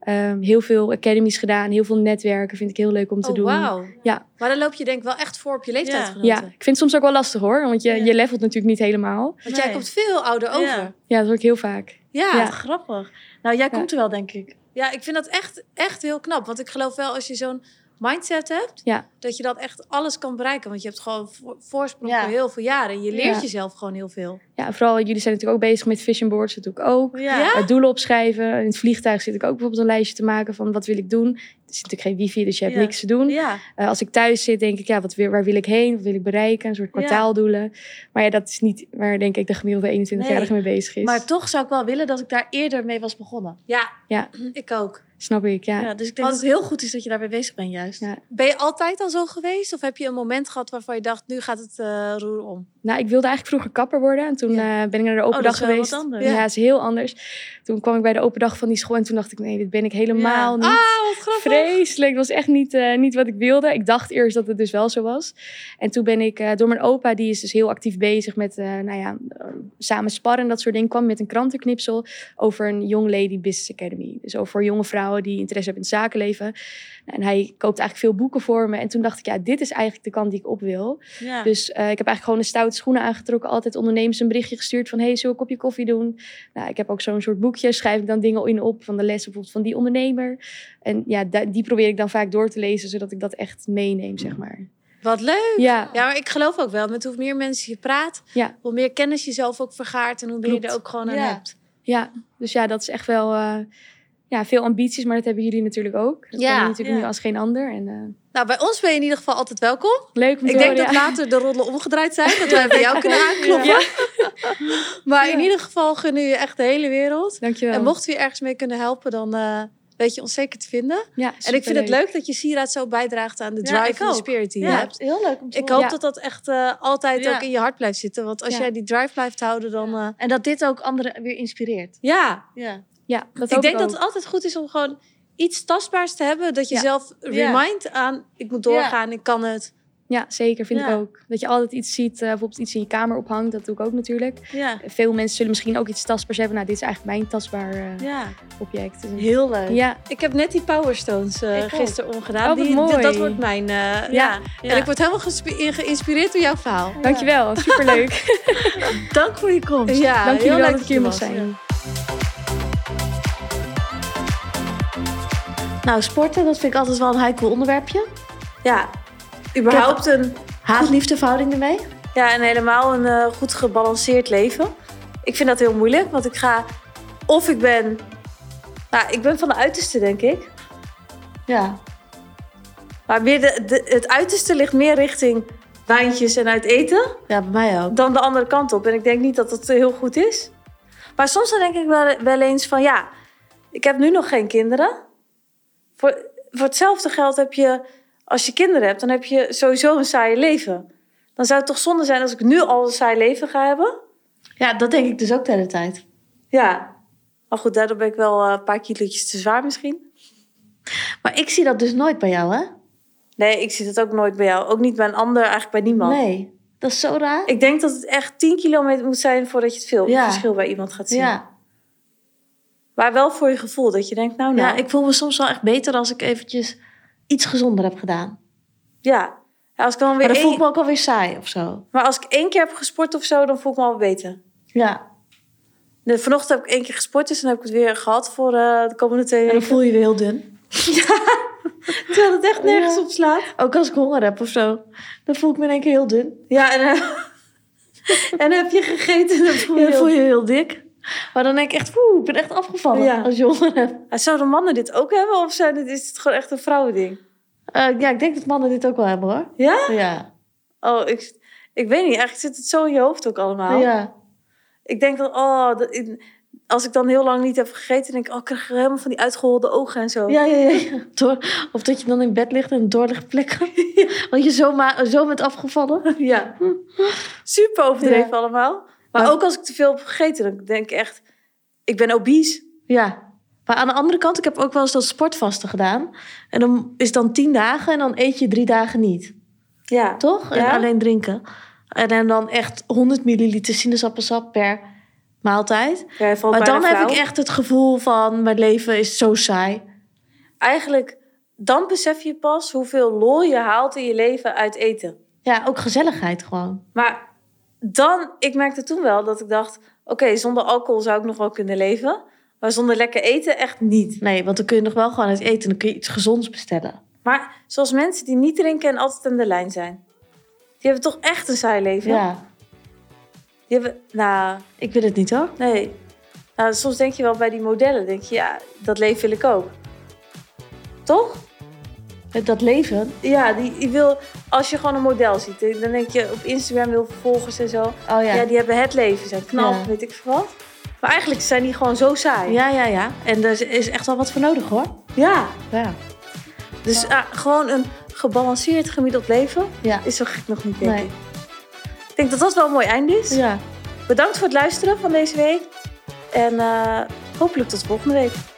[SPEAKER 4] Ehm, heel veel academies gedaan, heel veel netwerken vind ik heel leuk om te
[SPEAKER 2] Oh,
[SPEAKER 4] doen.
[SPEAKER 2] wauw.
[SPEAKER 4] Ja.
[SPEAKER 2] Maar dan loop je denk ik wel echt voor op je leeftijdgenoten.
[SPEAKER 4] Ja, ik vind het soms ook wel lastig hoor, want je,
[SPEAKER 1] Ja.
[SPEAKER 4] je levelt natuurlijk niet helemaal.
[SPEAKER 2] Want jij
[SPEAKER 1] Nee.
[SPEAKER 2] komt veel ouder
[SPEAKER 1] Ja.
[SPEAKER 2] over. Ja,
[SPEAKER 4] Ja, dat hoor ik heel vaak.
[SPEAKER 2] ja.
[SPEAKER 1] Wat grappig. Nou, jij
[SPEAKER 4] Ja.
[SPEAKER 1] komt er wel, denk ik.
[SPEAKER 2] ik vind dat echt, echt heel knap. Want ik geloof wel als je zo'n mindset hebt,
[SPEAKER 4] Ja.
[SPEAKER 2] dat je dan echt alles kan bereiken. Want je hebt gewoon vo- voorsprong
[SPEAKER 1] Ja.
[SPEAKER 2] voor heel veel jaren. En je leert
[SPEAKER 4] Ja.
[SPEAKER 2] jezelf gewoon heel veel.
[SPEAKER 4] Ja, vooral jullie zijn natuurlijk ook bezig met vision boards, dat doe ik ook.
[SPEAKER 1] Ja.
[SPEAKER 2] Ja?
[SPEAKER 4] Eh, Doelen opschrijven. In het vliegtuig zit ik ook bijvoorbeeld een lijstje te maken van wat wil ik doen. Er zit natuurlijk geen wifi, dus je hebt
[SPEAKER 1] Ja.
[SPEAKER 4] niks te doen.
[SPEAKER 1] Ja.
[SPEAKER 4] Eh, als ik thuis zit, denk ik, ja, wat, wil- waar wil ik heen? Wat wil ik bereiken? Een soort kwartaaldoelen. Maar ja, dat is niet waar, denk ik, de gemiddelde 21-jarige mee bezig is.
[SPEAKER 1] Maar toch zou ik wel willen dat ik daar eerder mee was begonnen.
[SPEAKER 2] Ja,
[SPEAKER 4] Ja.
[SPEAKER 2] ik ook.
[SPEAKER 4] Snap ik, ja.
[SPEAKER 1] Ja. dus ik denk
[SPEAKER 2] Want-
[SPEAKER 1] dat het heel goed is dat je daarbij bezig bent juist.
[SPEAKER 4] Ja.
[SPEAKER 2] Ben je altijd al zo geweest? Of heb je een moment gehad waarvan je dacht, nu gaat het eh, roer om?
[SPEAKER 4] Nou, ik wilde eigenlijk vroeger kapper worden. En toen eh, ben ik naar de open
[SPEAKER 1] Oh, dat
[SPEAKER 4] dag
[SPEAKER 1] is wel wat
[SPEAKER 4] geweest.
[SPEAKER 1] anders.
[SPEAKER 4] ja, is heel anders. Toen kwam ik bij de open dag van die school en toen dacht ik, nee, dit ben ik helemaal
[SPEAKER 1] Ja.
[SPEAKER 4] niet.
[SPEAKER 2] Ah, wat grappig.
[SPEAKER 4] Vreselijk, dat was echt niet, eh, niet wat ik wilde. Ik dacht eerst dat het dus wel zo was. En toen ben ik eh, door mijn opa, die is dus heel actief bezig met, eh, nou ja, eh, samen sparren en dat soort dingen. Kwam met een krantenknipsel over een Young Lady Business Academy. Dus over jonge vrouwen die interesse hebben in het zakenleven. En hij koopt eigenlijk veel boeken voor me. En toen dacht ik, ja, dit is eigenlijk de kant die ik op wil.
[SPEAKER 1] Ja.
[SPEAKER 4] Dus eh, ik heb eigenlijk gewoon een stoute schoenen aangetrokken. Altijd ondernemers een berichtje gestuurd van... hey, zullen we een kopje koffie doen? Nou, ik heb ook zo'n soort boekje. Schrijf ik dan dingen in op van de les bijvoorbeeld van die ondernemer. En ja, da- die probeer ik dan vaak door te lezen... zodat ik dat echt meeneem, zeg maar.
[SPEAKER 2] Wat leuk.
[SPEAKER 4] Ja,
[SPEAKER 2] Ja, maar ik geloof ook wel, met hoe meer mensen je praat,
[SPEAKER 4] Ja.
[SPEAKER 2] hoe meer kennis je zelf ook vergaart en hoe meer je
[SPEAKER 4] Klopt.
[SPEAKER 2] er ook gewoon aan
[SPEAKER 1] Ja.
[SPEAKER 2] hebt.
[SPEAKER 4] ja. Dus ja, dat is echt wel... eh, ja, veel ambities, maar dat hebben jullie natuurlijk ook. Dat
[SPEAKER 2] Ja,
[SPEAKER 4] ben je natuurlijk
[SPEAKER 1] ja.
[SPEAKER 4] nu als geen ander. En, eh,
[SPEAKER 2] Nou, bij ons ben je in ieder geval altijd welkom.
[SPEAKER 4] leuk om te
[SPEAKER 2] Ik denk
[SPEAKER 4] horen,
[SPEAKER 2] dat
[SPEAKER 4] ja.
[SPEAKER 2] later de roddelen omgedraaid zijn, dat wij bij jou kunnen aankloppen.
[SPEAKER 4] Ja.
[SPEAKER 2] Maar in
[SPEAKER 4] Ja.
[SPEAKER 2] ieder geval gunnen je echt de hele wereld.
[SPEAKER 4] Dankjewel.
[SPEAKER 2] En mochten we je ergens mee kunnen helpen, dan eh, weet je ons zeker te vinden.
[SPEAKER 4] ja,
[SPEAKER 2] En ik vind het
[SPEAKER 4] superleuk.
[SPEAKER 2] leuk dat je sieraad zo bijdraagt aan de
[SPEAKER 1] Ja,
[SPEAKER 2] drive
[SPEAKER 1] ik
[SPEAKER 2] en de
[SPEAKER 1] ook.
[SPEAKER 2] spirit die je
[SPEAKER 1] Ja,
[SPEAKER 2] hebt.
[SPEAKER 1] heel leuk om te
[SPEAKER 2] Ik
[SPEAKER 1] horen.
[SPEAKER 2] hoop
[SPEAKER 4] Ja.
[SPEAKER 2] dat dat echt eh, altijd
[SPEAKER 1] Ja.
[SPEAKER 2] ook in je hart blijft zitten. Want als
[SPEAKER 4] Ja.
[SPEAKER 2] jij die drive blijft houden, dan... eh,
[SPEAKER 1] En dat dit ook anderen weer inspireert.
[SPEAKER 2] ja,
[SPEAKER 1] Ja.
[SPEAKER 4] Ja, dat
[SPEAKER 2] ik
[SPEAKER 4] hoop
[SPEAKER 2] denk
[SPEAKER 4] ook.
[SPEAKER 2] dat het altijd goed is om gewoon iets tastbaars te hebben. Dat je
[SPEAKER 4] Ja.
[SPEAKER 2] zelf remindt aan, ik moet doorgaan, ik kan het.
[SPEAKER 4] Ja, zeker. Vind
[SPEAKER 1] Ja.
[SPEAKER 4] ik ook. Dat je altijd iets ziet, eh, bijvoorbeeld iets in je kamer ophangt. Dat doe ik ook natuurlijk.
[SPEAKER 1] Ja.
[SPEAKER 4] Veel mensen zullen misschien ook iets tastbaars hebben. Nou, dit is eigenlijk mijn tastbaar eh,
[SPEAKER 1] Ja.
[SPEAKER 4] object. Dus-
[SPEAKER 1] Heel leuk.
[SPEAKER 4] ja,
[SPEAKER 2] Ik heb net die Powerstones eh,
[SPEAKER 1] Ik ook.
[SPEAKER 2] gisteren omgedaan.
[SPEAKER 4] Oh, wat
[SPEAKER 2] die,
[SPEAKER 4] mooi.
[SPEAKER 2] d- Dat wordt mijn... eh, ja.
[SPEAKER 1] Ja.
[SPEAKER 2] En ik word helemaal gespe- in- geïnspireerd door jouw verhaal.
[SPEAKER 4] dankjewel. Superleuk.
[SPEAKER 1] Dank voor je komst.
[SPEAKER 2] Ja,
[SPEAKER 4] Dank
[SPEAKER 2] heel
[SPEAKER 4] jullie
[SPEAKER 2] leuk
[SPEAKER 4] wel dat ik hier
[SPEAKER 2] je
[SPEAKER 4] mocht
[SPEAKER 2] was.
[SPEAKER 4] zijn.
[SPEAKER 1] Nou, sporten, dat vind ik altijd wel een heel cool onderwerpje.
[SPEAKER 2] Ja, überhaupt een,
[SPEAKER 1] Haat-liefdeverhouding ermee.
[SPEAKER 2] ja, en helemaal een eh, goed gebalanceerd leven. Ik vind dat heel moeilijk, want ik ga... Of ik ben... Nou, ik ben van de uiterste, denk ik.
[SPEAKER 1] Ja.
[SPEAKER 2] Maar meer de, de- het uiterste ligt meer richting wijntjes en uit eten.
[SPEAKER 1] Ja, bij mij ook.
[SPEAKER 2] dan de andere kant op. En ik denk niet dat dat heel goed is. Maar soms dan denk ik wel, wel eens van ja, ik heb nu nog geen kinderen. Voor, voor hetzelfde geld heb je als je kinderen hebt, dan heb je sowieso een saaie leven. Dan zou het toch zonde zijn als ik nu al een saai leven ga hebben?
[SPEAKER 1] Ja, dat denk ik dus ook de hele tijd.
[SPEAKER 2] Ja. Maar goed, daardoor ben ik wel eh, een paar kilootjes te zwaar misschien.
[SPEAKER 1] Maar ik zie dat dus nooit bij jou, hè?
[SPEAKER 2] Nee, ik zie dat ook nooit bij jou. Ook niet bij een ander, eigenlijk bij niemand.
[SPEAKER 1] Nee. Dat is zo raar.
[SPEAKER 2] Ik denk dat het echt 10 kilometer moet zijn voordat je het veel
[SPEAKER 1] Ja.
[SPEAKER 2] verschil bij iemand gaat zien.
[SPEAKER 1] Ja.
[SPEAKER 2] Maar wel voor je gevoel, dat je denkt, nou nou.
[SPEAKER 1] ja, ik voel me soms wel echt beter als ik eventjes iets gezonder heb gedaan.
[SPEAKER 2] Ja. Ja, als ik dan weer
[SPEAKER 1] Maar dan
[SPEAKER 2] één-
[SPEAKER 1] voel ik me ook alweer saai of zo.
[SPEAKER 2] maar als ik één keer heb gesport of zo, dan voel ik me al beter.
[SPEAKER 1] Ja.
[SPEAKER 2] Nee, vanochtend heb ik één keer gesport, dus dan heb ik het weer gehad voor eh, de komende twee
[SPEAKER 1] En
[SPEAKER 2] weken.
[SPEAKER 1] dan voel je je weer heel dun.
[SPEAKER 2] Terwijl het echt nergens
[SPEAKER 1] Ja.
[SPEAKER 2] op slaat.
[SPEAKER 1] Ook als ik honger heb of zo. Dan voel ik me in één keer heel dun.
[SPEAKER 2] Ja, en, eh, en heb je gegeten, dan voel
[SPEAKER 1] Ja,
[SPEAKER 2] je...
[SPEAKER 1] dan voel je je heel dik. Maar dan denk ik echt, woe, ik ben echt afgevallen
[SPEAKER 2] Ja.
[SPEAKER 1] als je honger hebt.
[SPEAKER 2] En Zouden mannen dit ook hebben of zijn dit, is het gewoon echt een vrouwending?
[SPEAKER 1] Eh, ja, ik denk dat mannen dit ook wel hebben hoor.
[SPEAKER 2] Ja?
[SPEAKER 1] Ja.
[SPEAKER 2] Oh, ik, ik weet niet. Eigenlijk zit het zo in je hoofd ook allemaal.
[SPEAKER 1] ja.
[SPEAKER 2] Ik denk dat, oh, dat, ik- als ik dan heel lang niet heb gegeten, denk ik, oh, ik krijg helemaal van die uitgeholde ogen en zo.
[SPEAKER 1] Ja, ja, ja. ja. Door, of dat je dan in bed ligt en doorlig plekken. Want je zo, ma- zo bent afgevallen.
[SPEAKER 2] Ja. Super overdreven allemaal. Maar
[SPEAKER 1] Maar-
[SPEAKER 2] ook als ik te veel heb gegeten, dan denk ik echt, ik ben obese.
[SPEAKER 1] Ja. Maar aan de andere kant, ik heb ook wel eens dat sportvasten gedaan. En dan is dan tien dagen en dan eet je drie dagen niet.
[SPEAKER 2] Ja.
[SPEAKER 1] Toch? En
[SPEAKER 2] Ja.
[SPEAKER 1] alleen drinken. En, en dan echt 100 milliliter sinaasappelsap per maaltijd.
[SPEAKER 2] Ja, je valt
[SPEAKER 1] maar
[SPEAKER 2] bijna
[SPEAKER 1] dan heb
[SPEAKER 2] flauw.
[SPEAKER 1] ik echt het gevoel van mijn leven is zo saai.
[SPEAKER 2] Eigenlijk, dan besef je pas hoeveel lol je haalt in je leven uit eten.
[SPEAKER 1] Ja, ook gezelligheid gewoon.
[SPEAKER 2] Maar dan, ik merkte toen wel dat ik dacht: oké, zonder alcohol zou ik nog wel kunnen leven. Maar zonder lekker eten echt niet.
[SPEAKER 1] Nee, want dan kun je nog wel gewoon uit eten. Dan kun je iets gezonds bestellen.
[SPEAKER 2] Maar zoals mensen die niet drinken en altijd aan de lijn zijn. Die hebben toch echt een saai leven?
[SPEAKER 1] Ja,
[SPEAKER 2] Die hebben, nou,
[SPEAKER 1] ik wil het niet hoor.
[SPEAKER 2] nee. Nou, soms denk je wel bij die modellen, denk je, ja, dat leven wil ik ook. Toch?
[SPEAKER 1] Dat leven.
[SPEAKER 2] Ja, die, die wil, als je gewoon een model ziet, eh, dan denk je op Instagram heel veel volgers en zo.
[SPEAKER 1] Oh
[SPEAKER 2] Ja, die hebben het leven, zijn knap,
[SPEAKER 1] Ja.
[SPEAKER 2] weet ik veel wat. Maar eigenlijk zijn die gewoon zo saai. dus
[SPEAKER 1] ja, ja, ja. En daar is echt wel wat voor nodig hoor.
[SPEAKER 2] Ja,
[SPEAKER 1] Ja.
[SPEAKER 2] dus ah, gewoon een gebalanceerd gemiddeld leven
[SPEAKER 1] Ja.
[SPEAKER 2] is zo gek nog niet, denk
[SPEAKER 1] Nee.
[SPEAKER 2] ik. Ik denk dat dat wel een mooi einde is.
[SPEAKER 1] ja.
[SPEAKER 2] Bedankt voor het luisteren van deze week. En eh, hopelijk tot volgende week.